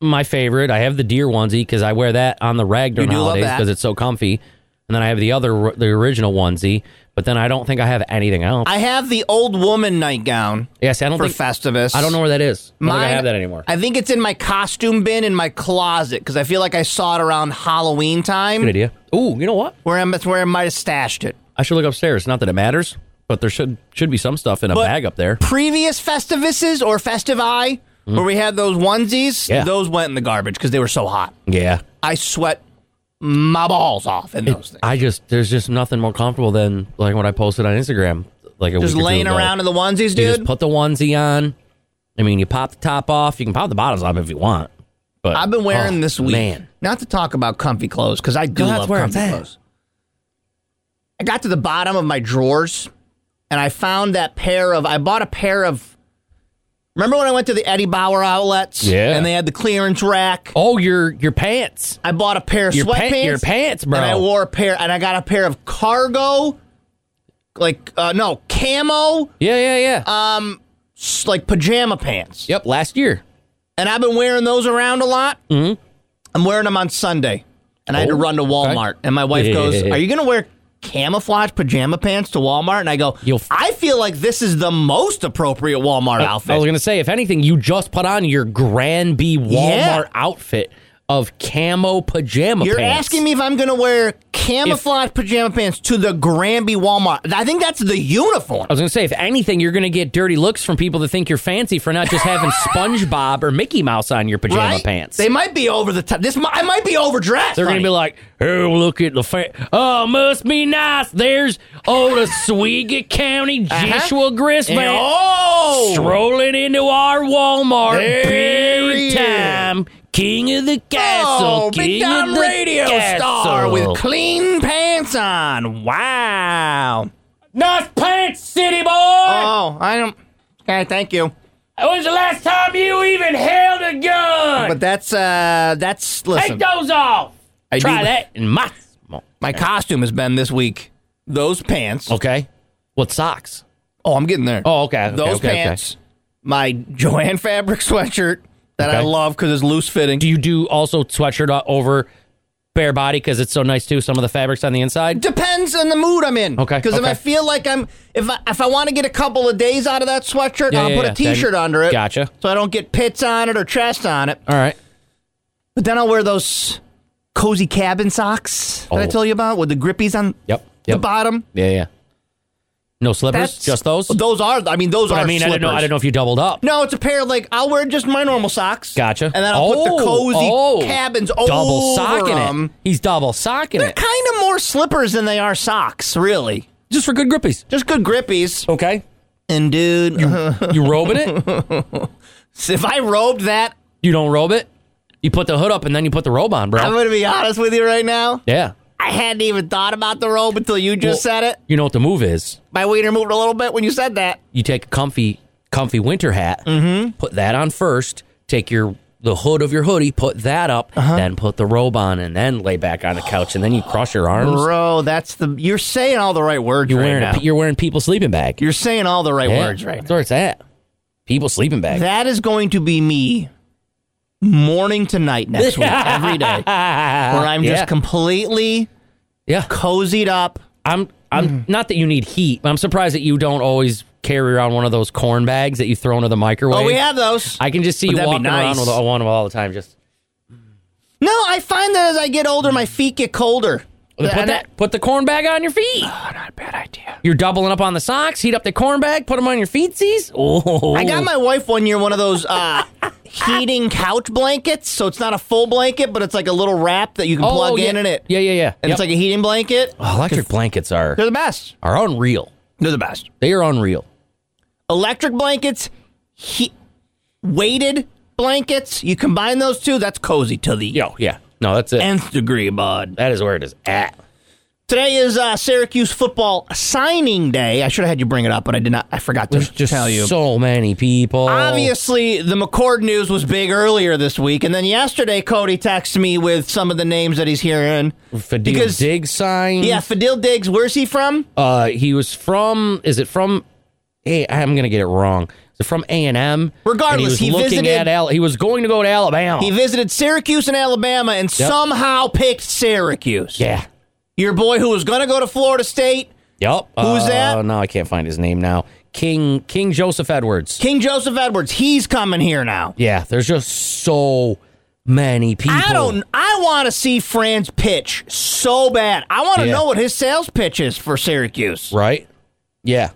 my favorite. I have the deer onesie because I wear that on the rag during
You do love
holidays
that.
because it's so comfy. And then I have the other, the original onesie. But then I don't think I have anything else.
I have the old woman nightgown
Yes, I don't
for
think.
Festivus.
I don't know where that is. I don't think
Mine-
I have that anymore.
I think it's in my costume bin in my closet because I feel like I saw it around Halloween time
Good idea. Ooh, you know what?
where I'm that's where I might have stashed it.
I should look upstairs. Not that it matters, but there should should be some stuff in a
But-
bag up there.
Previous Festivuses or Festivi where we had those onesies,
Mm-hmm. Yeah.
those went in the garbage because they were so hot.
Yeah.
I sweat my balls off in those things.
I just there's just nothing more comfortable than like what I posted on Instagram like a
Just
week or two
laying
ago.
around in the onesies,
You
dude.
just put the onesie on. I mean, you pop the top off. You can pop the bottoms off if you want. But
I've been wearing
oh,
this week.
Man,
Not to talk about comfy clothes because I do
That's
love
where
comfy
it's at.
clothes. I got to the bottom of my drawers and I found that pair of. I bought a pair of Remember when I went to the Eddie Bauer outlets?
Yeah.
And they had the clearance rack.
Oh, your your pants.
I bought a pair of
Your pa-
sweatpants.
your pants, bro.
And I wore a pair, and I got a pair of cargo, like uh, no camo,
Yeah, yeah, yeah.
Uh, s- like pajama pants.
yep, last year.
And I've been wearing those around a lot. Mm-hmm. I'm wearing them on Sunday, and I had to
Oh,
run to Walmart. And my wife goes, "Are you going to wear?" Camouflage pajama pants to Walmart, and I go.
You'll f- Oh,
I feel like this is the most appropriate Walmart outfit.
I was gonna say, if anything, you just put on your Granby Walmart
Yeah.
outfit of camo pajama
You're
pants.
asking me if I'm going to wear camouflage pajama pants to the Granby Walmart. I think that's the uniform.
I was gonna say, if anything, you're gonna get dirty looks from people that think you're fancy for not just having SpongeBob or Mickey Mouse on your pajama
right?
pants.
They might be over the top. This mi- I might be overdressed.
They're gonna
honey.
be like, "Oh, look at the fa- oh, must be nice." There's Otaswega County Joshua
Uh-huh. And-
Grisman
oh,
strolling into our Walmart.
There he
big time, king of the castle,
Oh,
king
big
of
time
the
radio
castle.
star with clean pants on. Wow.
nice pants, city boy.
Oh, I don't. Okay, thank you.
When's the last time you even held a gun?
But that's uh, that's listen.
Take those off.
I
Try
do-
that in my.
My costume has been this week. Those pants.
Okay. What socks?
Oh, I'm getting there.
Oh, okay. okay,
those
okay, okay.
pants, my Joanne Fabric sweatshirt that I
Okay.
love because it's loose fitting.
Do you do also sweatshirt o- over bare body because it's so nice too? Some of the fabrics on the
Uh,
inside.
Depends on the mood I'm in.
Okay,
Because if
okay.
I feel like I'm, if I, if I want to get a couple of days out of that sweatshirt,
Yeah,
I'll
yeah,
put
yeah.
a T-shirt
Then-
under it.
Gotcha.
So I don't get pits on it or chest on it.
All right.
But then I'll wear those cozy cabin socks that I
Oh.
told you about with the grippies on
Yep.
the
Yep.
bottom.
yeah. Yeah. No slippers. just those.
Those are. I mean, those
but
are.
I mean, I
slippers.
don't know. I don't know if you doubled up.
No, it's a pair. Of, like I'll wear just my normal socks.
Gotcha.
And then I'll put the cozy cabins over
double socking
them.
it. He's double socking
They're
it
kind of more slippers than they are socks, really.
just for good grippies.
Just good grippies.
Okay.
And dude,
You robing it?
if I robed that,
You don't robe it. You put the hood up and then you put the robe on, bro.
I'm gonna be honest with you right now.
yeah.
I hadn't even thought about the robe until you just
Well-
said it.
You know what the move is?
My wiener moved a little bit when you said that.
you take a comfy comfy winter hat,
Mm-hmm.
put that on first, take your the hood of your hoodie, put that up,
Uh-huh.
then put the robe on and then lay back on the couch and then you cross your arms.
Bro, that's the you're saying all the right words
You're
right
wearing
now.
a, you're wearing people's sleeping bag.
You're saying all the right
Yeah,
words right
That's where it's at. People's sleeping bag.
now. That is going to be me morning to night next week every day where I'm just
Yeah.
completely
yeah.
cozied up.
I'm I'm
Mm-hmm.
not that you need heat, but I'm surprised that you don't always carry around one of those corn bags that you throw into the microwave.
Oh, we have those.
I can just see
Would that
you
be
walking
nice?
around with a- one of them all the time. Just
No, I find that as I get older, my feet get colder.
put
And I-
that put the corn bag on your feet.
not a bad idea.
You're doubling up on the socks, heat up the corn bag, put them on your feetsies. Oh,
I got my wife one year one of those uh, heating couch blankets. So it's not a full blanket, but it's like a little wrap that you can
Oh,
plug
yeah.
in and it.
Yeah, yeah, yeah.
And
Yep.
it's like a heating blanket.
Oh, electric blankets are
They're the best.
are unreal.
They're the best.
They are unreal.
Electric blankets, he- weighted blankets. You combine those two, that's cozy to the
Yo, yeah. No, that's it.
nth degree, bud.
that is where it is at.
Today is uh, Syracuse football signing day. I should have had you bring it up, but I did not. I forgot to
Just
tell you.
so many people.
Obviously, the McCord news was big earlier this week, and then yesterday, Cody texted me with some of the names that he's hearing.
Fadil
because-
Dig sign.
Yeah, Fadil Diggs, where's he from?
Uh, he was from. Is it from? Hey, I'm gonna get it wrong. Is it from A and M?
Regardless,
was
he
looking
visited-
at Al- He was going to go to Alabama.
He visited Syracuse and Alabama, and somehow picked Syracuse.
yeah.
Your boy who was going to go to Florida State,
Yep.
Who's that?
Uh, No, I can't find his name now. King King Joseph Edwards.
King Joseph Edwards, he's coming here now.
Yeah, there's just so many people.
I don't. I want to see Franz pitch so bad. I want to
Yeah.
know what his sales pitch is for Syracuse.
Right? Yeah.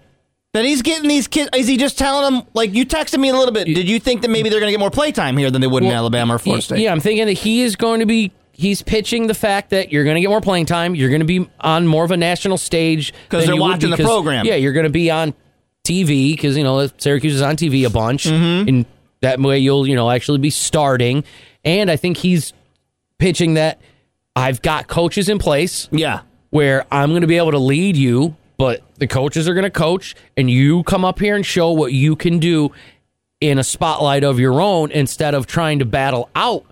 That he's getting these kids. Is he just telling them? Like you texted me a little bit. Did you think that maybe they're going to get more playtime here than they would in Alabama or Florida State?
Yeah, I'm thinking that he is going to be. He's pitching the fact that you're going to get more playing time. You're going to be on more of a national stage
'Cause
than
they're
you would
watching
be,
the program.
Yeah, you're going to be on TV because you know Syracuse is on TV a bunch,
Mm-hmm.
and that way you'll you know actually be starting. And I think he's pitching that I've got coaches in place.
Yeah.
where I'm going to be able to lead you, but the coaches are going to coach, and you come up here and show what you can do. in a spotlight of your own instead of trying to battle out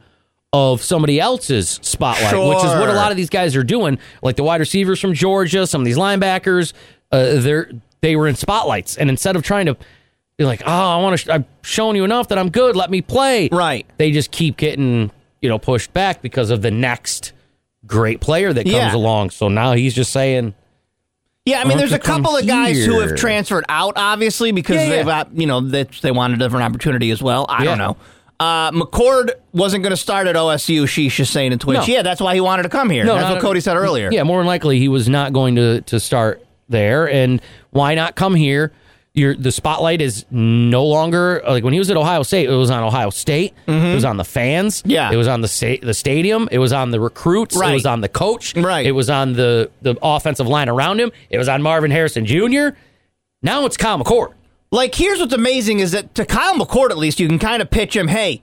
of somebody else's spotlight, which is what a
Sure.
lot of these guys are doing. Like the wide receivers from Georgia, some of these linebackers, uh, they're they were in spotlights, and instead of trying to be like, "Oh, I want to, sh- I've shown you enough that I'm good. Let me play."
Right.
They just keep getting you know pushed back because of the next great player that comes
Yeah.
along. So now he's just saying,
Yeah, I
Why
mean,
don't
there's
you
a couple
come
of guys who
here?
have transferred out, obviously, because
Yeah, yeah.
they've got, you know they, they wanted a different opportunity as well. I don't
Yeah.
know. Uh, McCord wasn't going to start at OSU. She's just saying in Twitch.
No.
Yeah, that's why he wanted to come here. that's
not-
what Cody said earlier.
Yeah, more than likely he was not going to to start there, and why not come here? Your the spotlight is no longer uh, like when he was at Ohio State. It was on Ohio State. It was on the fans.
Mm-hmm. Yeah.
it was on the sta- the stadium. It was on the recruits. It was
Right.
on the coach.
Right.
It was on the the offensive line around him. It was on Marvin Harrison Jr. Now it's Kyle McCord.
Like, here's what's amazing is that to Kyle McCord, at least, you can kind of pitch him, hey,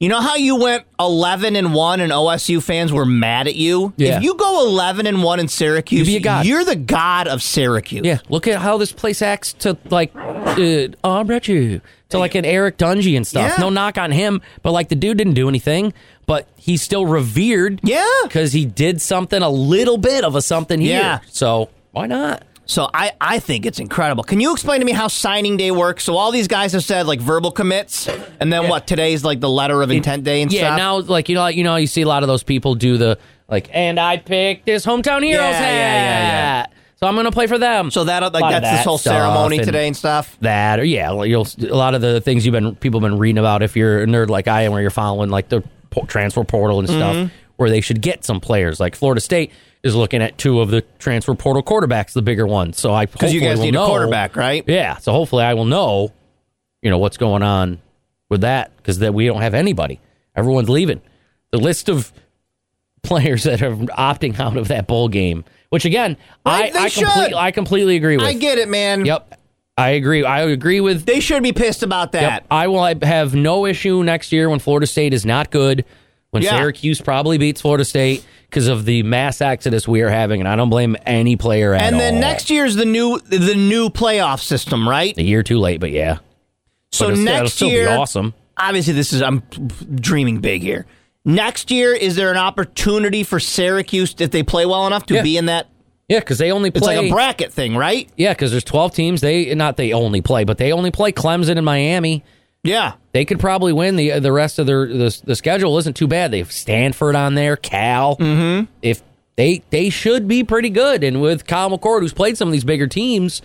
you know how you went 11 and 1 and OSU fans were mad at you?
Yeah.
If you go 11 and 1 in Syracuse,
be a god.
you're the god of Syracuse.
Yeah, look at how this place acts to like uh, Aubrey you to like an Eric Dungy and stuff.
Yeah.
No knock on him, but like the dude didn't do anything, but he's still revered.
Yeah.
because he did something a little bit of a something here.
Yeah.
so why not?
So I, I think it's incredible. Can you explain to me how signing day works? So all these guys have said like verbal commits, and then what? Today's like the letter of intent day and stuff.
yeah, now like you know you know you see a lot of those people do the like and I picked this hometown heroes
Yeah, yeah, yeah,
hat, so I'm gonna play for them.
so that like
A lot
that's
of
this
that uh,
whole
stuff
ceremony
and-
today and stuff.
that or yeah like, you'll a lot of the things you've been people have been reading about if you're a nerd like i am where you're following like the po- transfer portal and stuff
Mm-hmm.
where they should get some players like florida state is looking at two of the transfer portal quarterbacks the bigger ones so i
Because
because
you guys need a quarterback, right?
yeah so hopefully i will know you know what's going on with that because that we don't have anybody everyone's leaving the list of players that are opting out of that bowl game which again
Right, they
I, I,
should.
completely, I completely agree with
I get it, man.
yep i agree i agree with
They should be pissed about that.
Yep. I will have no issue next year when Florida State is not good, when
Yeah.
Syracuse probably beats Florida State because of the mass exodus we are having, and I don't blame any player at
And then
all.
next year's the new the new playoff system, right?
a year too late, but yeah.
So
but it's- it'll
next
still
year,
be awesome.
obviously this is I'm dreaming big here. Next year, is there an opportunity for Syracuse if they play well enough to
Yeah.
be in that?
Yeah, because they only
It's
play.
like a bracket thing, right?
yeah, because there's 12 teams. They not they only play, but they only play Clemson and Miami.
Yeah.
They could probably win the the rest of their the, the schedule isn't too bad. They have Stanford on there, Cal. Mm-hmm. If they they should be pretty good, and with Kyle McCord, who's played some of these bigger teams,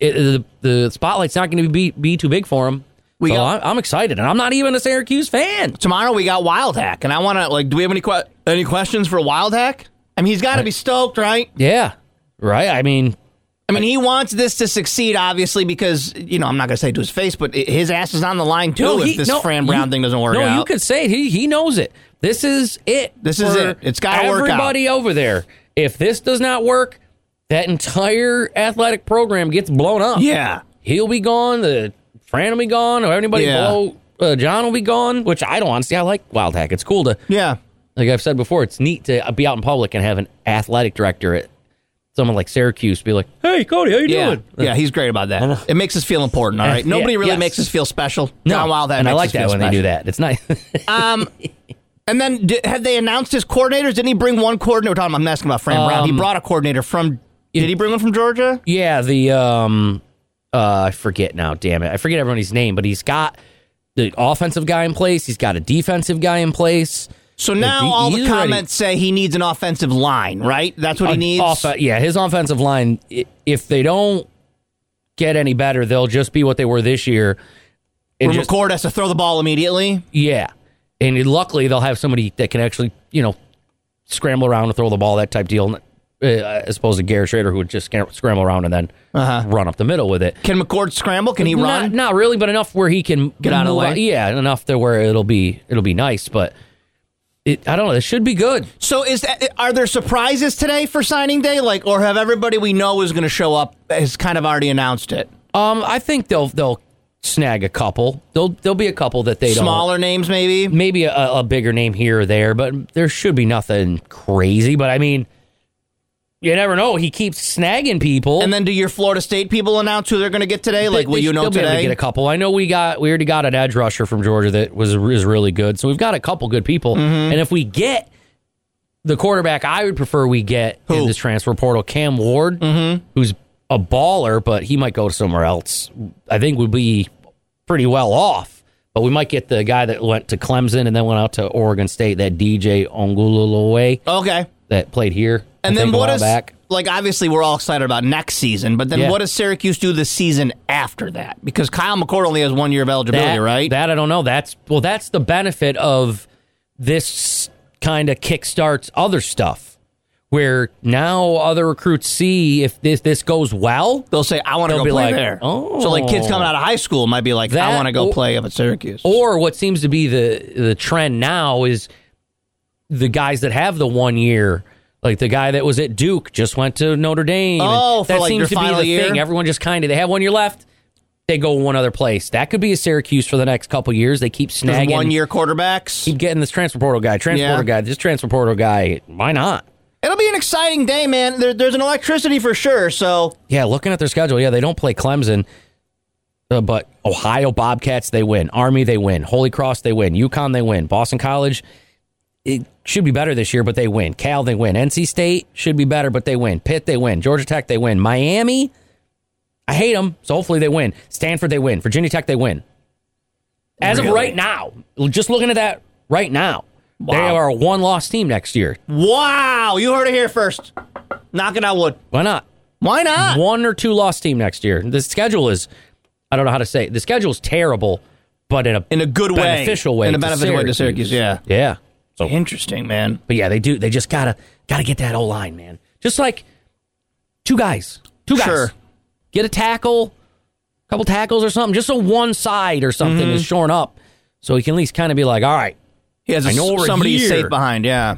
it, the the spotlight's not going to be be too big for him.
We
so
got-
I'm, I'm excited, and I'm not even a Syracuse fan.
Tomorrow we got Wild Hack, and I want to like. Do we have any que- any questions for Wild Hack? I mean, he's got to be stoked, right?
Yeah, right. I mean,
I mean, he wants this to succeed, obviously, because you know I'm not going to say it to his face, but i- his ass is on the line too
no,
if
he-
this
no,
Fran Brown
you-
thing doesn't work
no,
out.
you could say he he knows it. This is it.
This is
for
it. It's gotta work out.
Everybody over there. If this does not work, that entire athletic program gets blown up.
yeah,
he'll be gone. The Fran will be gone, or anybody
Yeah.
below uh, John will be gone. Which I don't honestly. I like Wild Hack. It's cool to,
yeah.
like I've said before, it's neat to be out in public and have an athletic director at someone like Syracuse be like, "Hey, Cody, how you
Yeah,
doing?"
yeah, he's great about
know.
that. It makes us feel important. All right,
Yeah,
nobody really
yes.
makes us feel special.
No,
John Wild Hack
and I
makes
like
us
that
feel
when they
special.
do that. It's nice.
Um, and then d- have they announced his coordinators? Didn't he bring one coordinator? We're talking- I'm asking about Fran Brown. He
Um,
brought a coordinator from. Did he bring one from Georgia?
yeah, the um, uh, I forget now. Damn it, I forget everybody's name, but he's got the offensive guy in place. He's got a defensive guy in place.
So now
he-
all the
he's ready.
comments say he needs an offensive line, right? That's what he
An uh,
needs.
offe- yeah, his offensive line. i- If they don't get any better, they'll just be what they were this year. And
Where
just-
McCord has to throw the ball immediately.
yeah, and luckily they'll have somebody that can actually you know scramble around and throw the ball that type deal. Uh, as opposed to Garrett Schrader, who would just scram- scramble around and then
Uh-huh.
run up the middle with it.
Can McCord scramble? Can he
Not,
run?
not really, but enough where he can
Get out of the
move
way.
on- Yeah, enough to where it'll be it'll be nice, but it, I don't know. It should be good.
So is that, are there surprises today for signing day? Like, or have everybody we know is going to show up has kind of already announced it?
Um, I think they'll they'll snag a couple. There'll there'll be a couple that they don't.
Smaller names, maybe.
maybe a, a bigger name here or there, but there should be nothing crazy. But I mean, you never know. He keeps snagging people.
And then do your Florida State people announce who they're going to get today? Like,
They-
will
they
you know
still be able to
today?
get a couple. I know we got we already got an edge rusher from Georgia that was is really good. So we've got a couple good people.
Mm-hmm.
And if we get the quarterback, I would prefer we get in
Who? Mm-hmm.
this transfer portal Cam Ward, who's a baller, but he might go somewhere else. I think we'd be pretty well off. But we might get the guy that went to Clemson and then went out to Oregon State, that DJ Onguloloe
okay.
that played here. I
And then
think, a
what
while
is
back.
like? Obviously, we're all excited about next season, but then
Yeah.
what does Syracuse do the season after that? Because Kyle McCord only has one year of eligibility,
that,
right?
That I don't know. That's well, that's the benefit of this kind of kickstarts other stuff, where now other recruits see if this this goes well,
They'll say, "I want to
They'll
go
be
play
like,
there."
"Oh."
So, like, kids coming out of high school might be like,
That
"I want to go
or-
play up at Syracuse."
or what seems to be the the trend now is the guys that have the one year. Like the guy that was at Duke just went to Notre Dame. and
Oh, for,
that
like,
seems
your
to
final
be the
year?
thing. Everyone just kind of they have one year left. They go one other place. That could be a Syracuse for the next couple years. They keep snagging
one year quarterbacks.
keep getting this transfer portal guy, transfer
Yeah.
portal guy, this transfer portal guy. Why not?
It'll be an exciting day, man. There, there's an electricity for sure. So
Yeah, looking at their schedule, yeah, they don't play Clemson, uh, but Ohio Bobcats they win, Army they win, Holy Cross they win, UConn they win, Boston College it should be better this year, but they win. Cal they win, NC State should be better, but they win. Pitt they win, Georgia Tech they win, Miami. I hate them, so hopefully they win. Stanford they win, Virginia Tech they win. As of
Really?
right now, just looking at that right now, they
Wow.
are a one-loss team next year.
wow, you heard it here first. Knocking out wood.
Why not?
Why not?
one or two loss team next year. The schedule is, I don't know how to say, it. the schedule is terrible, but in a
In a good way.
beneficial way,
In a
to
beneficial way to Syracuse, yeah.
yeah. So,
Interesting, man.
but yeah, they do. They just gotta gotta get that O line, man. Just like two guys, two guys,
Sure.
get a tackle, couple tackles or something, just so one side or something is
Mm-hmm.
shorn up, so he can at least kind of be like, all right.
He has a,
I know we're
somebody he's
here.
safe behind. Yeah.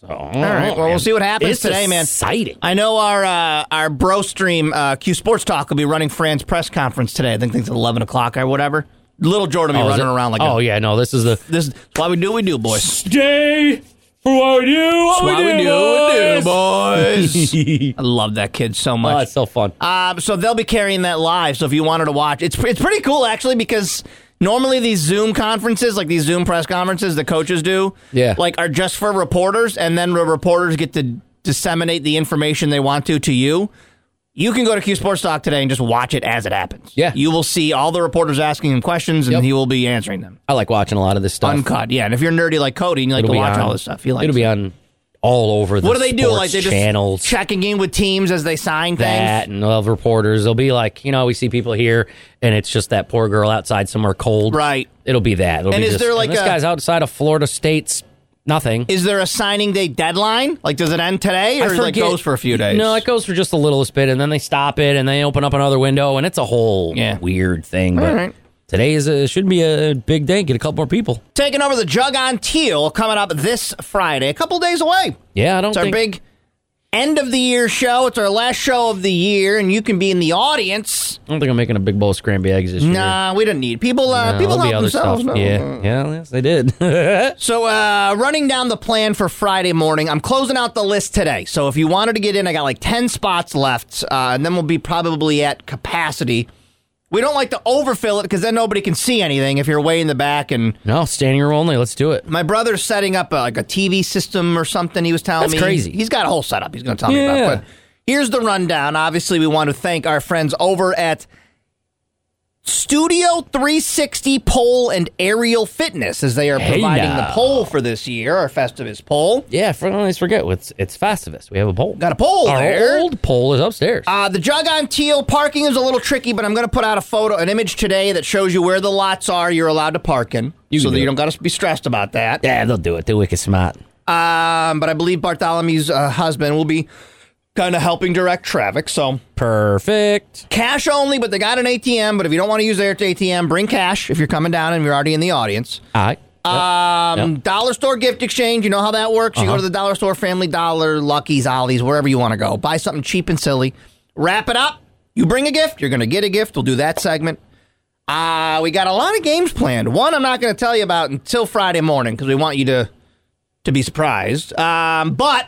So, all
All right. Well, we'll see what happens
it's
today, man.
Exciting.
I know our uh, our bro stream uh, Q Sports Talk will be running Fran's press conference today. I think it's at eleven o'clock or whatever. Little Jordan will be
is
running
it?
around like
oh
a,
yeah, no, this is the
this. Is why we do what we do, boys.
stay for what we do. What
That's why we do what we do, boys.
boys.
I love that kid so
oh,
much.
it's so fun.
Um, so they'll be carrying that live. So if you wanted to watch, it's it's pretty cool actually because normally these Zoom conferences, like these Zoom press conferences, the coaches do,
Yeah.
like are just for reporters, and then the reporters get to disseminate the information they want to to you. You can go to Q Sports Talk today and just watch it as it happens.
Yeah.
you will see all the reporters asking him questions, and
Yep.
he will be answering them
I like watching a lot of this stuff.
uncut. Yeah, and if you're nerdy like Cody, and you like
It'll
to
be
watch
on-
all this stuff, you like
It'll be on all over the
What do they do?
sports
Like they just
channels
checking in with teams as they sign
that
things.
and love reporters. They'll be like, you know, we see people here, and it's just that poor girl outside somewhere cold.
Right.
It'll be that. It'll
And
be
is
just,
there, like,
this
a-
guy's outside of Florida State's nothing?
Is there a signing day deadline? Like, does it end today, or
I
is it, like
forget-
goes for a few days?
No, it goes for just the littlest bit, and then they stop it, and they open up another window, and it's a whole
Yeah.
weird thing.
All
But
right.
today is a, should be a big day. Get a couple more people.
taking over the jug on teal coming up this Friday, a couple days away.
Yeah, I don't
It's our
think
big end of the year show. It's our last show of the year, and you can be in the audience.
I don't think I'm making a big bowl of scrambled eggs this year.
Nah, we don't need people. Uh,
Nah,
people
there'll be
help
other
themselves.
stuff.
No.
Yeah, yeah, yes, they did.
So, uh, running down the plan for Friday morning, I'm closing out the list today. So, if you wanted to get in, I got like 10 spots left, uh, and then we'll be probably at capacity. We don't like to overfill it because then nobody can see anything if you're way in the back. And
no, standing room only. Let's do it.
my brother's setting up a, like a TV system or something. He was telling
That's
me
crazy.
He's got a whole setup. He's going to tell me
Yeah.
about. But here's the rundown. Obviously, we want to thank our friends over at Studio 360 Pole and Aerial Fitness as they are
Hey
providing
now.
the pole for this year, our Festivus pole.
Yeah, for, always forget it's it's Festivus. We have a poll.
Got a pole
Our
there.
old poll is upstairs.
Uh, the jug on teal parking is a little tricky, but I'm going to put out a photo, an image today that shows you where the lots are you're allowed to park in,
You
so
can
that
do
you
it.
don't got to be stressed about that.
yeah, they'll do it. They're wicked smart.
Um, but I believe Bartholomew's uh, husband will be kind of helping direct traffic. So
Perfect.
cash only, but they got an ATM. But if you don't want to use their ATM, bring cash if you're coming down and you're already in the audience.
All right.
Um, Dollar store gift exchange. You know how that works. You go to the dollar store, Family Dollar, Lucky's, Ollie's, wherever you want to go. Buy something cheap and silly. Wrap it up. You bring a gift. You're going to get a gift. We'll do that segment. Uh, we got a lot of games planned. One I'm not going to tell you about until Friday morning because we want you to to be surprised. Um, but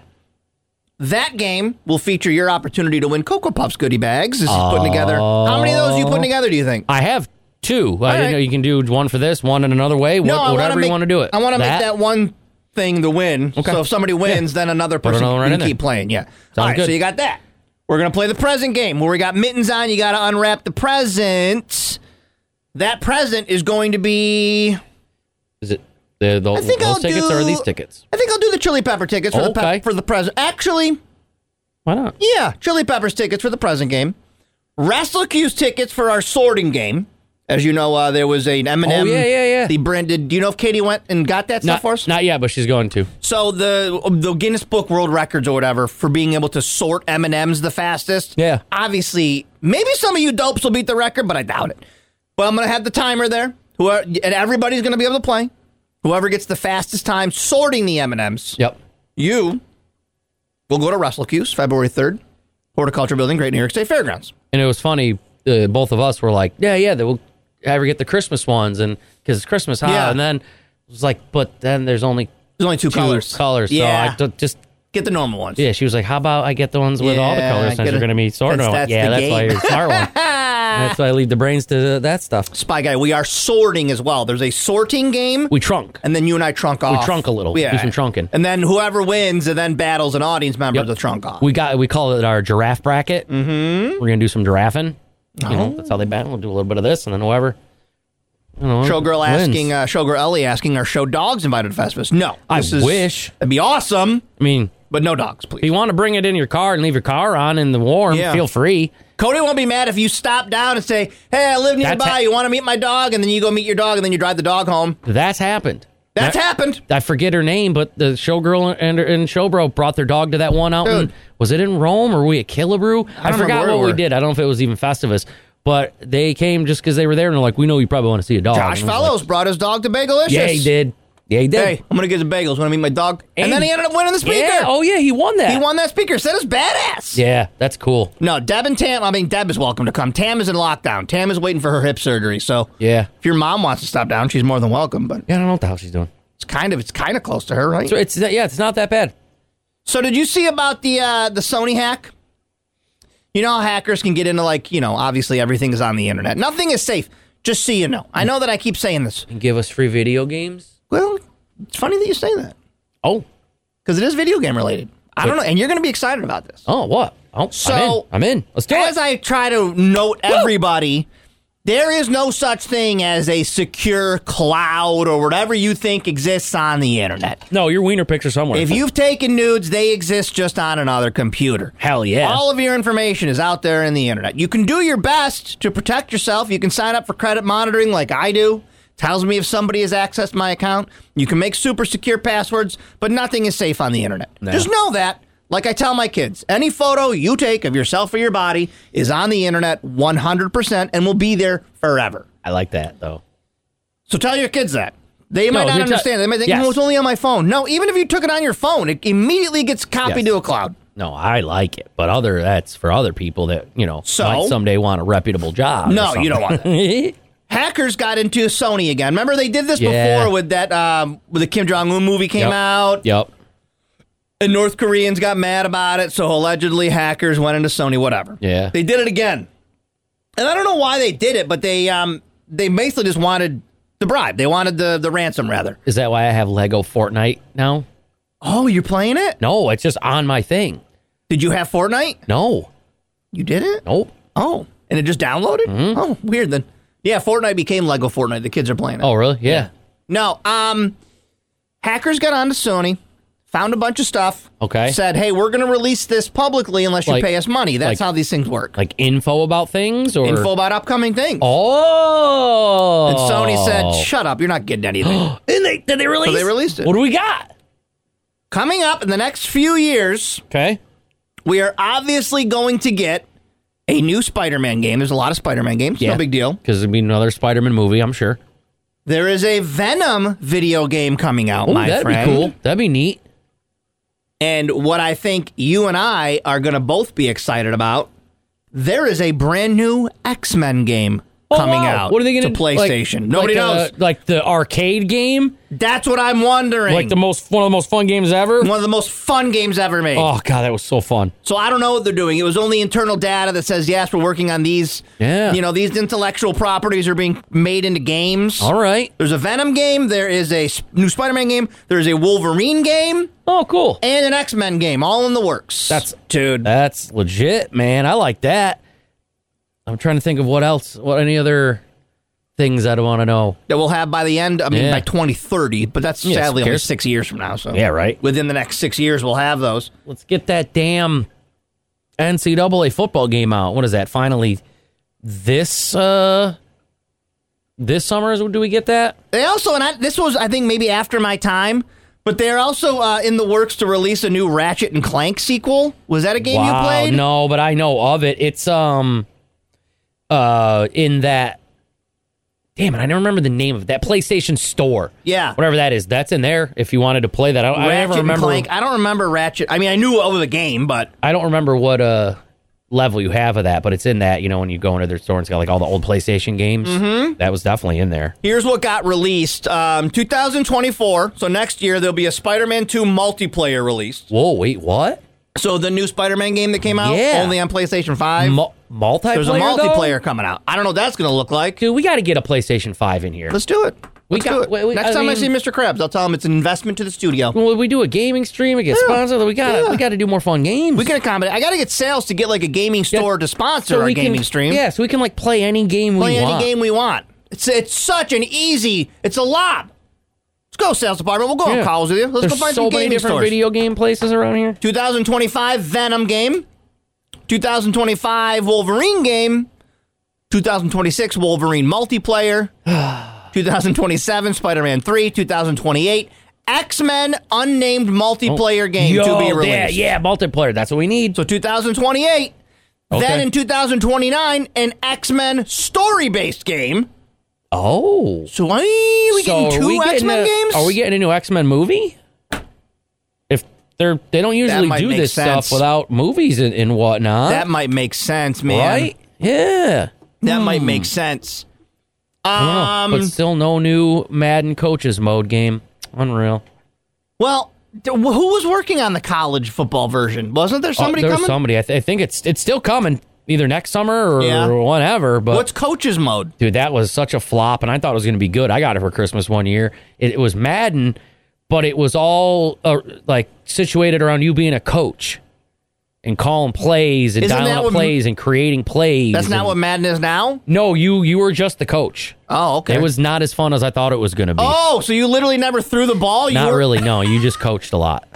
That game will feature your opportunity to win Cocoa Puffs goodie bags. This is putting together. How many of those are you putting together? Do you think?
I have two. I
right.
didn't know you can do one for this, one in another way, what,
I wanna
whatever
make-
you want to do it.
I want to make that one thing the win.
Okay.
So if somebody wins, then another person
another one
can
in there.
keep playing. Yeah. All right.
good.
So you got that. We're gonna play the present game where we got mittens on. You got to unwrap the present. That present is going to be.
Is it the, the,
I think
those
I'll
tickets
do,
or these tickets?
I think I'll do the Chili Pepper tickets for the
Okay.
pe- for the present. Actually,
Why not?
yeah, Chili Peppers tickets for the present game. Wrestle Q's tickets for our sorting game. As you know, uh, there was a Eminem.
Oh, yeah, yeah, yeah.
The branded. Do you know if Katie went and got that stuff
Not,
for us?
not yet, but she's going to.
So the the Guinness Book World Records or whatever for being able to sort M and M's the fastest.
Yeah.
Obviously, maybe some of you dopes will beat the record, but I doubt it. But I'm gonna have the timer there, who are, and everybody's gonna be able to play. Whoever gets the fastest time sorting the M and M's,
Yep.
you will go to Russell Q's February third, Horticulture Building, Great New York State Fairgrounds.
And it was funny. Uh, both of us were like, "Yeah, yeah, they will ever get the Christmas ones?" And because it's Christmas, huh?
Yeah.
And then it was like, "But then there's only
There's only two,
two
colors.
colors."
Yeah.
So I d- just
Get the normal ones.
yeah. She was like, "How about I get the ones with all the
Yeah,
colors
get
since you're
it.
going to be sorting?"
That's-
them?"
that's
yeah,
the
that's why
game.
you're smart one. that's why I leave the brains to that stuff.
Ah, Spy Guy. We are sorting as well. There's a sorting game.
We trunk.
and then you and I trunk off.
trunk a little. Do some trunking.
And then whoever wins, and then battles an audience member
Yep.
to trunk off.
We got we call it our giraffe bracket. Mm-hmm. We're gonna do some giraffing. You
Oh.
know, that's how they battle. We'll do a little bit of this, and then whoever. I don't know,
showgirl
wins.
asking, uh, showgirl Ellie asking, are show dogs invited to Festivus? No,
I
This is-
wish.
that'd be awesome,
I mean,
but no dogs,
if
please.
you want to bring it in your car and leave your car on in the warm,
Yeah.
feel free.
Cody won't be mad if you stop down and say, "Hey, I live nearby.
ha-
you want to meet my dog?" And then you go meet your dog, and then you drive the dog home.
That's happened.
That's
I,
happened.
I forget her name, but the showgirl and, and showbro brought their dog to that one out.
Dude.
In, was it in Rome or were we at Killabrew? I,
don't remember
forgot
where
what
we
we
were.
did. I don't know if it was even Festivus, but they came just because they were there and they're like, we know you probably want to see a dog.
Josh
And I was like,
Fellows brought his dog to Bagelicious.
Oh, yeah, he did. Yeah, he did.
Hey, I'm gonna get some bagels. Want to meet my dog? And,
And-
then he ended up winning the speaker.
Yeah. Oh, yeah, he won that.
He won that speaker. Said it's badass.
Yeah, that's cool.
No, Deb and Tam. I mean, Deb is welcome to come. Tam is in lockdown. Tam is waiting for her hip surgery. So
Yeah.
if your mom wants to stop down, she's more than welcome. But
Yeah, I don't know what the hell she's doing.
it's kind of it's kind of close to her, right?
So it's yeah, it's not that bad.
So did you see about the uh, the Sony hack? You know how hackers can get into like you know obviously everything is on the internet. Nothing is safe. Just so you know, I know that I keep saying this.
And give us free video games.
Well, it's funny that you say that
Oh,
because it is video game related. I don't know, and you're going to be excited about this.
oh, what? Oh,
So-
I'm in. I'm in. Let's do
As
it.
I try to note everybody, there is no such thing as a secure cloud or whatever you think exists on the internet.
no, your wiener picture somewhere.
If you've taken nudes, they exist just on another computer.
hell yeah.
All of your information is out there in the internet. You can do your best to protect yourself. You can sign up for credit monitoring like I do. Tells me if somebody has accessed my account. You can make super secure passwords, but nothing is safe on the internet. Just know that. Like I tell my kids, any photo you take of yourself or your body is on the internet 100% and will be there forever.
I like that though.
So tell your kids that. They might not
No, they tell-
understand. They might think,
Yes.
well, it's only on my phone. No, even if you took it on your phone, it immediately gets copied
Yes.
to a cloud.
No, I like it, but other that's for other people that you know
So?
might someday want a reputable job. or
No, you
something.
don't want hackers got into Sony again. Remember they did this
Yeah.
before with that um, with the Kim Jong Un movie came
Yep.
out,
yep.
and North Koreans got mad about it. So allegedly hackers went into Sony. Whatever.
Yeah.
they did it again, and I don't know why they did it, but they um they basically just wanted the bribe. They wanted the the ransom rather.
Is that why I have Lego Fortnite now?
Oh, you're playing it?
No, it's just on my thing.
Did you have Fortnite?
No,
You did it?
nope.
Oh, and it just downloaded?
Mm-hmm.
Oh, weird then. Yeah, Fortnite became Lego Fortnite. The kids are playing it.
Oh, really? Yeah.
No, um, hackers got onto Sony, found a bunch of stuff.
Okay.
Said, hey, we're going to release this publicly unless you
Like-
pay us money. That's
like-
how these things work.
Like info about things or
Info about upcoming things.
Oh.
And Sony said, shut up, you're not getting anything.
And they did they release?
So they released it.
What do we got?
Coming up in the next few years,
Okay.
we are obviously going to get a new Spider Man game. There's a lot of Spider Man games. No
Yeah.
big deal.
Because it'd be another Spider-Man movie, I'm sure.
There is a Venom video game coming out,
Oh,
my
that'd
friend.
be cool. That'd be neat.
And what I think you and I are going to both be excited about, there is a brand new X Men game
Oh,
coming
wow.
out
What are they going
to PlayStation. Nobody knows.
uh, like the arcade game,
That's what I'm wondering.
like the most one of the most fun games ever.
one of the most fun games ever made.
Oh god, that was so fun.
So I don't know what they're doing. It was only internal data that says yes, we're working on these.
Yeah.
you know these intellectual properties are being made into games.
All right.
There's a Venom game. There is a s- new Spider-Man game. There is a Wolverine game
Oh, cool.
and an X-Men game, all in the works.
That's dude. That's legit, man. I like that. I'm trying to think of what else. What any other things I'd want to know?
that we'll have by the end. I mean,
Yeah.
by 2030, but that's
Yeah,
sadly
who
only
cares?
six years from now. So
Yeah, right.
Within the next six years, we'll have those.
Let's get that damn NCAA football game out. What is that? Finally, this uh this summer is do we get that?
They also, and I, this was, I think, maybe after my time, but they're also uh, in the works to release a new Ratchet and Clank sequel. Was that a game
wow,
you played?
no, but I know of it. It's um uh in that damn it, I don't remember the name of it. that PlayStation store.
Yeah.
Whatever that is. That's in there if you wanted to play that. I, don't- I
Ratchet
never
and
remember
Clank. I don't remember Ratchet. I mean, I knew of the game, but
I don't remember what uh level you have of that, but it's in that, you know, when you go into their store and it's got like all the old PlayStation games. Mm-hmm. That was definitely in there.
here's what got released: um, 2024. So next year there'll be a Spider-Man 2 multiplayer released.
Whoa, wait, what?
So the new Spider-Man game that came out
Yeah.
only on PlayStation 5.
Mu- multiplayer?
there's a
though?
multiplayer coming out. I don't know what that's going to look like.
Dude, we got to get a PlayStation 5 in here.
Let's do it.
We
Let's
got-
do it.
wait, wait,
Next
I
time I
mean-
see Mr. Krabs, I'll tell him it's an investment to the studio.
when we do a gaming stream and get sponsored, we got to we got to do more fun games.
We can accommodate. I got to get sales to get like a gaming store to sponsor
So
our
we can-
gaming stream.
Yeah, so we can like play any game
play
we
any
want.
game we want. It's it's such an easy. It's a lob. Let's go sales department. We'll go
Yeah.
on calls with you. Let's
There's
go find
so
some
many
gaming
different
stores.
video game places around here.
2025 Venom game. 2025 Wolverine game. 2026 Wolverine multiplayer. 2027 Spider-Man 3. 2028 X-Men unnamed multiplayer game
Oh, Yo,
to be released.
Yeah, yeah, multiplayer. That's what we need.
So 2028. Then
Okay.
in 2029, an X Men story based game.
oh,
So are we
so
getting
are
two
we
X Men
a-
games?
Are we getting a new X Men movie? If they're they don't usually
might
do
make
this
sense.
stuff without movies and, and whatnot,
that might make sense, man.
right? Yeah.
That might make sense.
I don't know,
Um.
but still no new Madden coaches mode game. Unreal.
Well, d- wh- who was working on the college football version? Wasn't there
Oh,
somebody
there was
coming?
somebody. I, th- I think it's it's still coming either next summer or
Yeah.
whatever. But
What's coaches mode?
dude, that was such a flop, and I thought it was going to be good. I got it for Christmas one year. It, it was Madden, but it was all uh, like situated around you being a coach and calling plays and
Isn't that
dialing up
what-
plays and creating plays.
That's not
and-
what Madden is now.
No, you you were just the coach.
Oh, okay.
It was not as fun as I thought it was going to be.
Oh, so you literally never threw the ball? You
not
were-
really. No, you just coached a lot,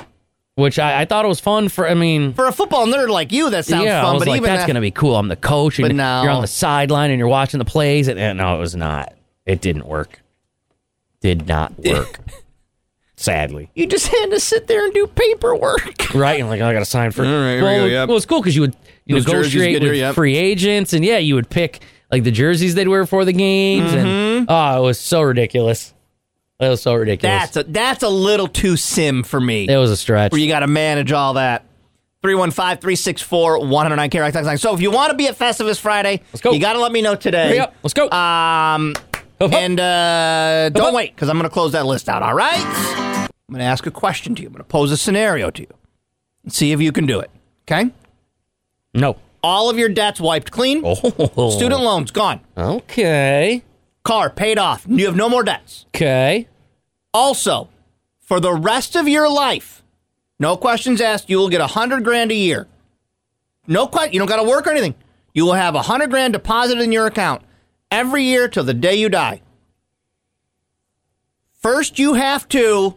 which I, I thought it was fun for. I mean,
For a football nerd like you, that sounds
yeah,
fun.
I was
but
like,
even
that's
that-
going to be cool. I'm the coach, and
But no.
you're on the sideline and you're watching the plays. And, and no, it was not. It didn't work. Did not work. Sadly,
you just had to sit there and do paperwork.
right? And like, "Oh, I got to sign for.
here we
well,
go, yep.
well, it's cool because you would you
Those jerseys
negotiate
get here,
with
yep.
free agents, and yeah, you would pick like the jerseys they'd wear for the games,
Mm-hmm.
and oh, it was so ridiculous. It was so ridiculous.
That's a that's a little too sim for me.
it was a stretch.
Where you got to manage all that. 315-364-109 Carrot Text Line. So if you want to be at Festivus Friday,
Let's go.
you got to let me know today.
Hurry up. Let's go.
Um
Hup, hup.
and uh don't
hup.
wait cuz I'm going to close that list out, all right? I'm going to ask a question to you. I'm going to pose a scenario to you. And see if you can do it. Okay?
no.
All of your debts wiped clean.
Oh.
Student loans gone.
Okay.
Car paid off. You have no more debts.
Okay.
Also, for the rest of your life, no questions asked, you will get a hundred grand a year. No question. You don't got to work or anything. You will have a hundred grand deposited in your account every year till the day you die. First, you have to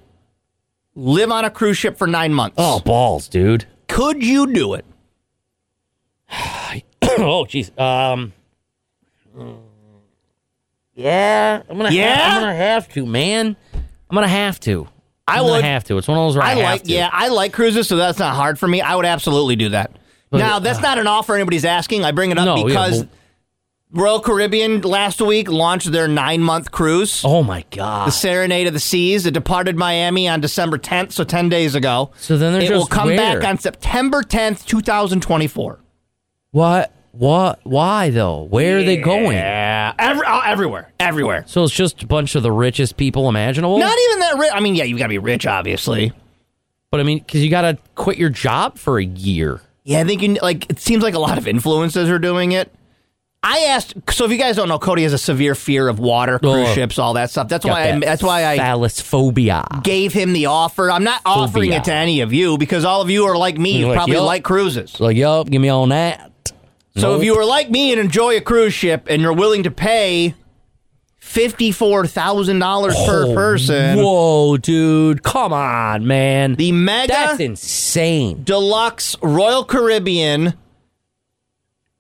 live on a cruise ship for nine months.
Oh balls, dude.
Could you do it?
oh jeez. Um. Yeah, I'm gonna. ha-
Yeah?
I'm gonna have to, man. I'm gonna have to.
I
I'm
would.
gonna have to. It's one of those where I,
I,
have
like.
to.
Yeah, I like cruises, so that's not hard for me. I would absolutely do that. now, that's not an offer anybody's asking. I bring it up
uh, No, yeah,
because
but-
Royal Caribbean last week launched their nine month cruise.
Oh my god.
The Serenade of the Seas. It departed Miami on December 10th, so 10 days ago.
So then they're
it
just
will come
where?
back on September 10th, 2024.
What? What? Why though? Where are they going?
Yeah, Every, oh, everywhere, everywhere.
So it's just a bunch of the richest people imaginable.
Not e- even that rich. I mean, yeah, you got to be rich, obviously.
but I mean, because you got to quit your job for a year.
Yeah, I think you like. It seems like a lot of influencers are doing it. I asked. So if you guys don't know, Cody has a severe fear of water, cruise
Oh.
ships, all that stuff. That's why. I,
Got that
that's why I
phallophobia.
gave him the offer. I'm not offering it to any of you because all of you are like me.
You're
You
like,
probably
yup.
like cruises.
So yup, give me on that.
So
Nope.
if you are like me and enjoy a cruise ship and you're willing to pay fifty four thousand dollars per
Oh,
person,
Whoa, dude! Come on, man.
the mega
That's insane.
deluxe Royal Caribbean
Oh.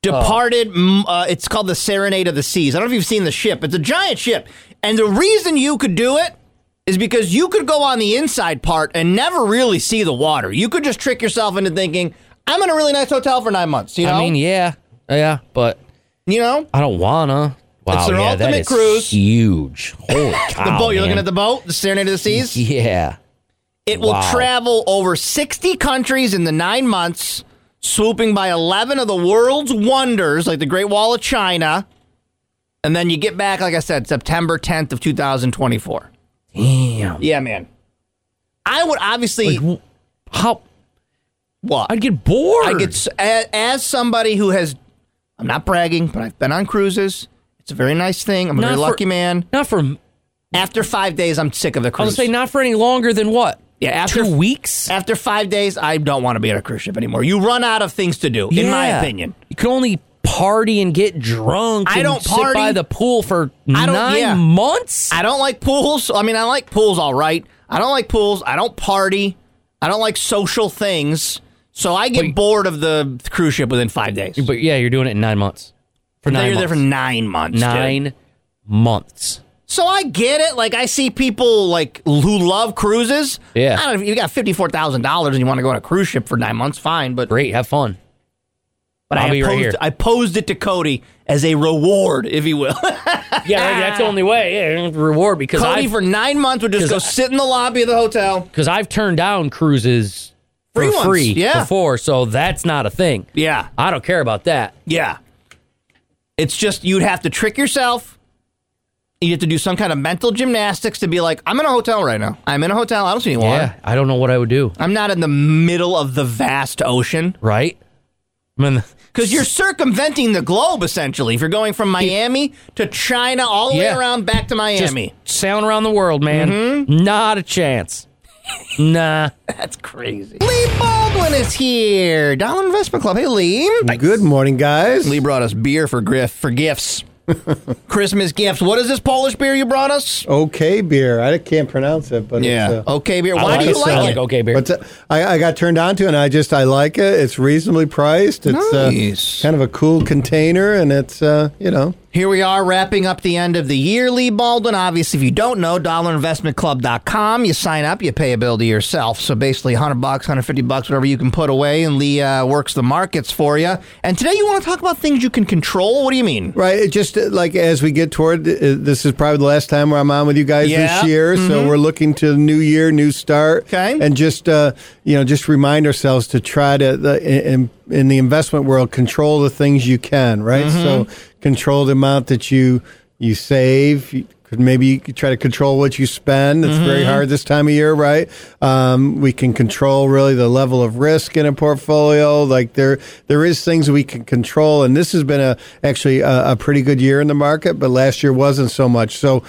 departed. m Uh, it's called the Serenade of the Seas. I don't know if you've seen the ship. It's a giant ship, and the reason you could do it is because you could go on the inside part and never really see the water. You could just trick yourself into thinking. I'm in a really nice hotel for nine months. You know,
I mean, yeah, yeah, but
you know
I don't wanna. Wow,
It's their
yeah, that
ultimate
is
cruise.
Huge. Holy cow!
the boat. You're looking
man.
at the boat, the Serenade of the Seas.
Yeah.
It will
Wow.
travel over 60 countries in the nine months, swooping by 11 of the world's wonders, like the Great Wall of China. And then you get back, like I said, September 10th of 2024.
Damn.
Yeah, man. I would obviously.
Like, wh- how?
what?
I'd get bored.
I get s- as, as somebody who has. I'm not bragging, but I've been on cruises. It's a very nice thing. I'm a
Not
very
for-
lucky man.
not for. I
After five days, I'm sick of the cruise.
would say not for any longer than what?
Yeah, after-
two weeks.
After five days, I don't want to be on a cruise ship anymore. You run out of things to do, in my
Yeah.
opinion.
you can only party and get drunk.
I
and
don't
sit
party.
by the pool for
I don't-
nine
yeah.
months.
I don't like pools. I mean, I like pools all right. I don't like pools. I don't party. I don't like social things. So I get
Wait.
bored of the cruise ship within five days.
but yeah, you're doing it in nine months. For
Now
nine
you're there
months.
for nine months. dude.
nine months.
So I get it. Like I see people like who love cruises.
Yeah.
I don't know if you got fifty four thousand dollars and you want to go on a cruise ship for nine months, fine. But
Great, have fun.
but I
I'll be right
posed-
here.
I posed it to Cody as a reward, if you will.
Yeah, that's the only way. Yeah, reward because
Cody
I've,
for nine months would just
'cause
go
I-
sit in the lobby of the hotel.
because I've turned down cruises
Free
for
ones,
free
yeah.
before, so that's not a thing.
Yeah.
I don't care about that.
Yeah. It's just you'd have to trick yourself. You have to do some kind of mental gymnastics to be like, I'm in a hotel right now. I'm in a hotel. I don't see any water.
Yeah, I don't know what I would do.
I'm not in the middle of the vast ocean.
Right? I mean,
Because you're circumventing the globe, essentially. If you're going from Miami to China, all the
Yeah.
way around back to
just
Miami.
sailing around the world, man.
Mm-hmm.
Not a chance. nah.
That's crazy. Lee Baldwin is here. Dollar Investment Club. Hey, Lee.
Good morning, guys.
Lee brought us beer for Griff for gifts. Christmas gifts. What is this Polish beer you brought us?
Okay, beer. I can't pronounce it, but
Yeah.
Oh, It's, uh,
Okay, beer. Why
I
do you
it.
like
I
it?
like okay beer.
But uh, I, I got turned on to, it and I just I like it. It's reasonably priced. It's
Nice.
uh, kind of a cool container, and it's uh, you know
Here we are wrapping up the end of the year, Lee Baldwin. Obviously, if you don't know, dollarinvestmentclub.com. You sign up, you pay a bill to yourself. So basically, 100 bucks, 150 bucks, whatever you can put away, and Lee uh, works the markets for you. And today, you want to talk about things you can control? What do you mean?
right. It just uh, like as we get toward uh, this is probably the last time where I'm on with you guys
Yeah. mm-hmm.
this year. So we're looking to the new year, new start.
Okay.
and just uh, you know just remind ourselves to try to the, in, in the investment world control the things you can right
Mm-hmm.
so control the amount that you you save You could- maybe you could try to control what you spend it's very hard this time of year right um, we can control really the level of risk in a portfolio like there there is things we can control and this has been a actually a, a pretty good year in the market but last year wasn't so much so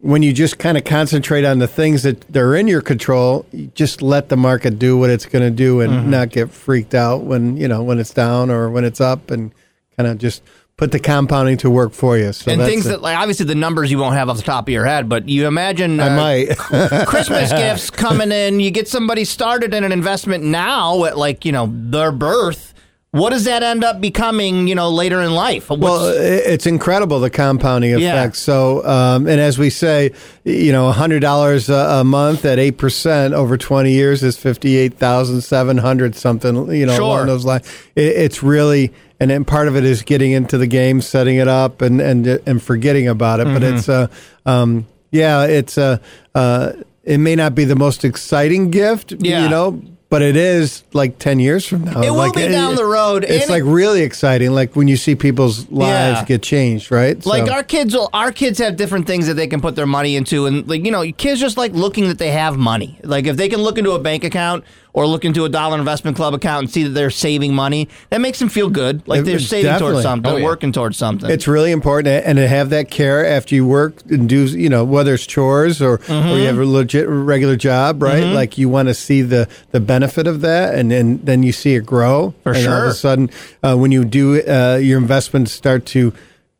when you just kind of concentrate on the things that they're in your control, you just let the market do what it's going to do and not get freaked out when you know when it's down or when it's up, and kind of just put the compounding to work for you. So
And
that's
things
it.
that, like, obviously, the numbers you won't have off the top of your head, but you imagine.
I
uh,
might.
Christmas gifts coming in. You get somebody started in an investment now at like you know their birth. What does that end up becoming? You know later in life. What's-
well, i- it's incredible the compounding effect.
Yeah.
So, um, and as we say, you know, hundred dollars a a month at eight percent over twenty years is fifty eight thousand seven hundred something. You know,
Sure.
along those lines. It, it's really, and then part of it is getting into the game, setting it up, and and uh, and forgetting about it.
Mm-hmm.
But it's, uh, um, uh, yeah, it's uh, uh, it may not be the most exciting gift,
Yeah.
you know, but it is like 10 years from now.
It will
like,
be down the road,
It's
and
like really exciting, like when you see people's lives
Yeah.
get changed, right?
Like
So-
our kids will, our kids have different things that they can put their money into, and like you know, kids just like looking that they have money. Like if they can look into a bank account or look into a dollar investment club account and see that they're saving money, that makes them feel good. Like
It-
they're
it's
saving
definitely-
towards something,
Oh, yeah.
working towards something.
It's really important, and to have that care after you work and do, you know, whether it's chores or, or you have a legit regular job, right? Like you want to see the the benefit of that, and then then you see it grow.
For
and All of
sure.
a sudden, uh, when you do uh, your investments start to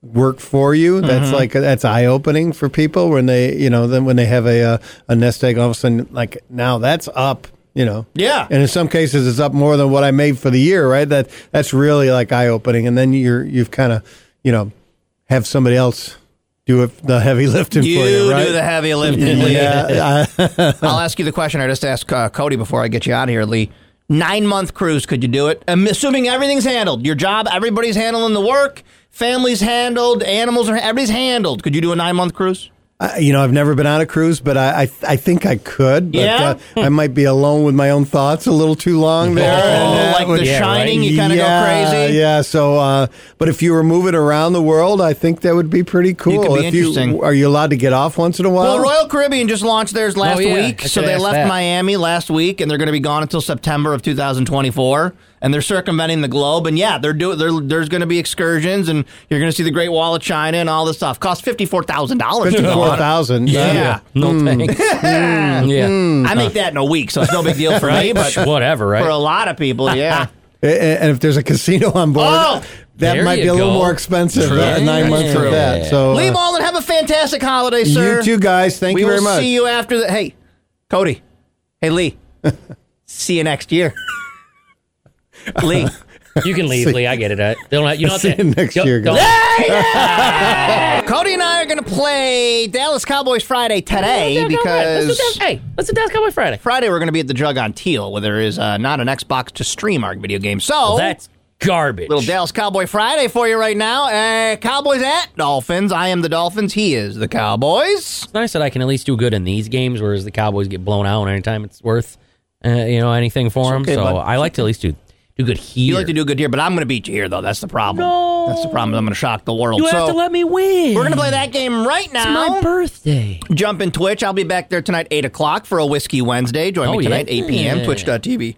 work for you, that's like that's eye opening for people when they, you know, then when they have a uh, a nest egg, all of a sudden, like now that's up. You know,
Yeah.
and in some cases, it's up more than what I made for the year, right? That that's really like eye opening, and then you're you've kind of you know have somebody else do it, the heavy lifting
you
for you, right?
do the heavy lifting, Lee.
yeah, I-
I'll ask you the question I just asked uh, Cody before I get you out of here, Lee. Nine month cruise, could you do it? Um, assuming everything's handled, your job, everybody's handling the work, family's handled, animals are everybody's handled. Could you do a nine month cruise?
I, you know, I've never been on a cruise, but I I, I think I could. But,
Yeah?
uh, I might be alone with my own thoughts a little too long there.
Oh,
that
like The Shining, you kinda go
Yeah,
crazy?
Yeah. So, uh, but if you were moving around the world, I think that would be pretty cool.
be
if
interesting.
You, are you allowed to get off once in a while?
Well, Royal Caribbean just launched theirs last
Oh, yeah.
week,
I
so
could've
they
asked
left
that.
Miami last week, and they're going to be gone until September of 2024. And they're circumventing the globe, and yeah, they're doing. They're, there's going to be excursions, and you're going to see the Great Wall of China and all this stuff. Cost fifty four thousand dollars.
Fifty-four thousand.
Yeah.
No thanks. yeah.
I make that in a week, so it's no big deal for me. But
Psh, Whatever, right?
for a lot of people, yeah.
A- And if there's a casino on board,
Oh!
that
There
might
you
be a little
go.
more expensive.
True.
uh, nine
Yeah,
months
true.
of that. So
Lee
uh,
Ball and have a fantastic holiday, sir.
you two guys, thank
we
you very
will
much.
see you after the. Hey, Cody. Hey, Lee. see you next year. Lee.
You can leave, Lee. I get it. I, they don't, have- you don't
See
have to.
you next
don't-
year,
don't- Ah!
Cody and I are going to play Dallas Cowboys Friday today
Let's do Dallas Cowboy-
because
let's do Dallas- hey, let's do Dallas Cowboy Friday.
Friday we're going to be at the Jug on Teal, where there is uh, not an Xbox to stream our video game. So
That's garbage.
little Dallas Cowboy Friday for you right now. Uh, Cowboys at Dolphins. I am the Dolphins. He is the Cowboys.
It's nice that I can at least do good in these games, whereas the Cowboys get blown out anytime it's worth, uh, you know, anything for them.
okay,
so
bud.
I like to at least do do good here.
You like to do good here, but I'm going to beat you here, though. That's the problem.
No.
That's the problem. I'm going to shock the world.
You have
so
to let me win.
we're going to play that game right
It's my
now.
birthday.
Jump in Twitch. I'll be back there tonight, 8 o'clock for a Whiskey Wednesday. Join
Oh,
me
yeah.
tonight, 8 p.m.,
Yeah.
twitch.tv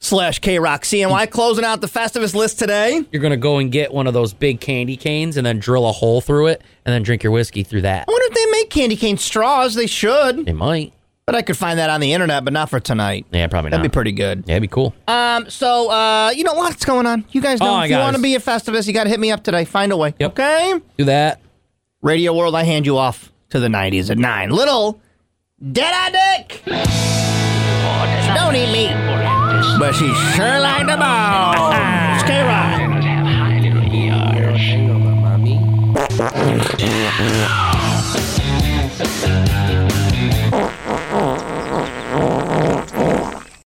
slash KRockCNY. Closing out the Festivus list today.
You're going to go and get one of those big candy canes and then drill a hole through it and then drink your whiskey through that.
I wonder if they make candy cane straws. They should.
They might.
But I could find that on the internet, but not for tonight.
Yeah, probably
That'd
not.
be pretty good.
Yeah, it'd be cool.
Um, so uh, you know lots going on. You guys know
Oh,
if you
guys.
want to be a Festivus, you got to hit me up today. Find a way.
Yep.
Okay.
do that.
Radio World, I hand you off to the '90s at nine. Little dead eye dick. she don't eat meat, but she sure liked the bones. K Rock.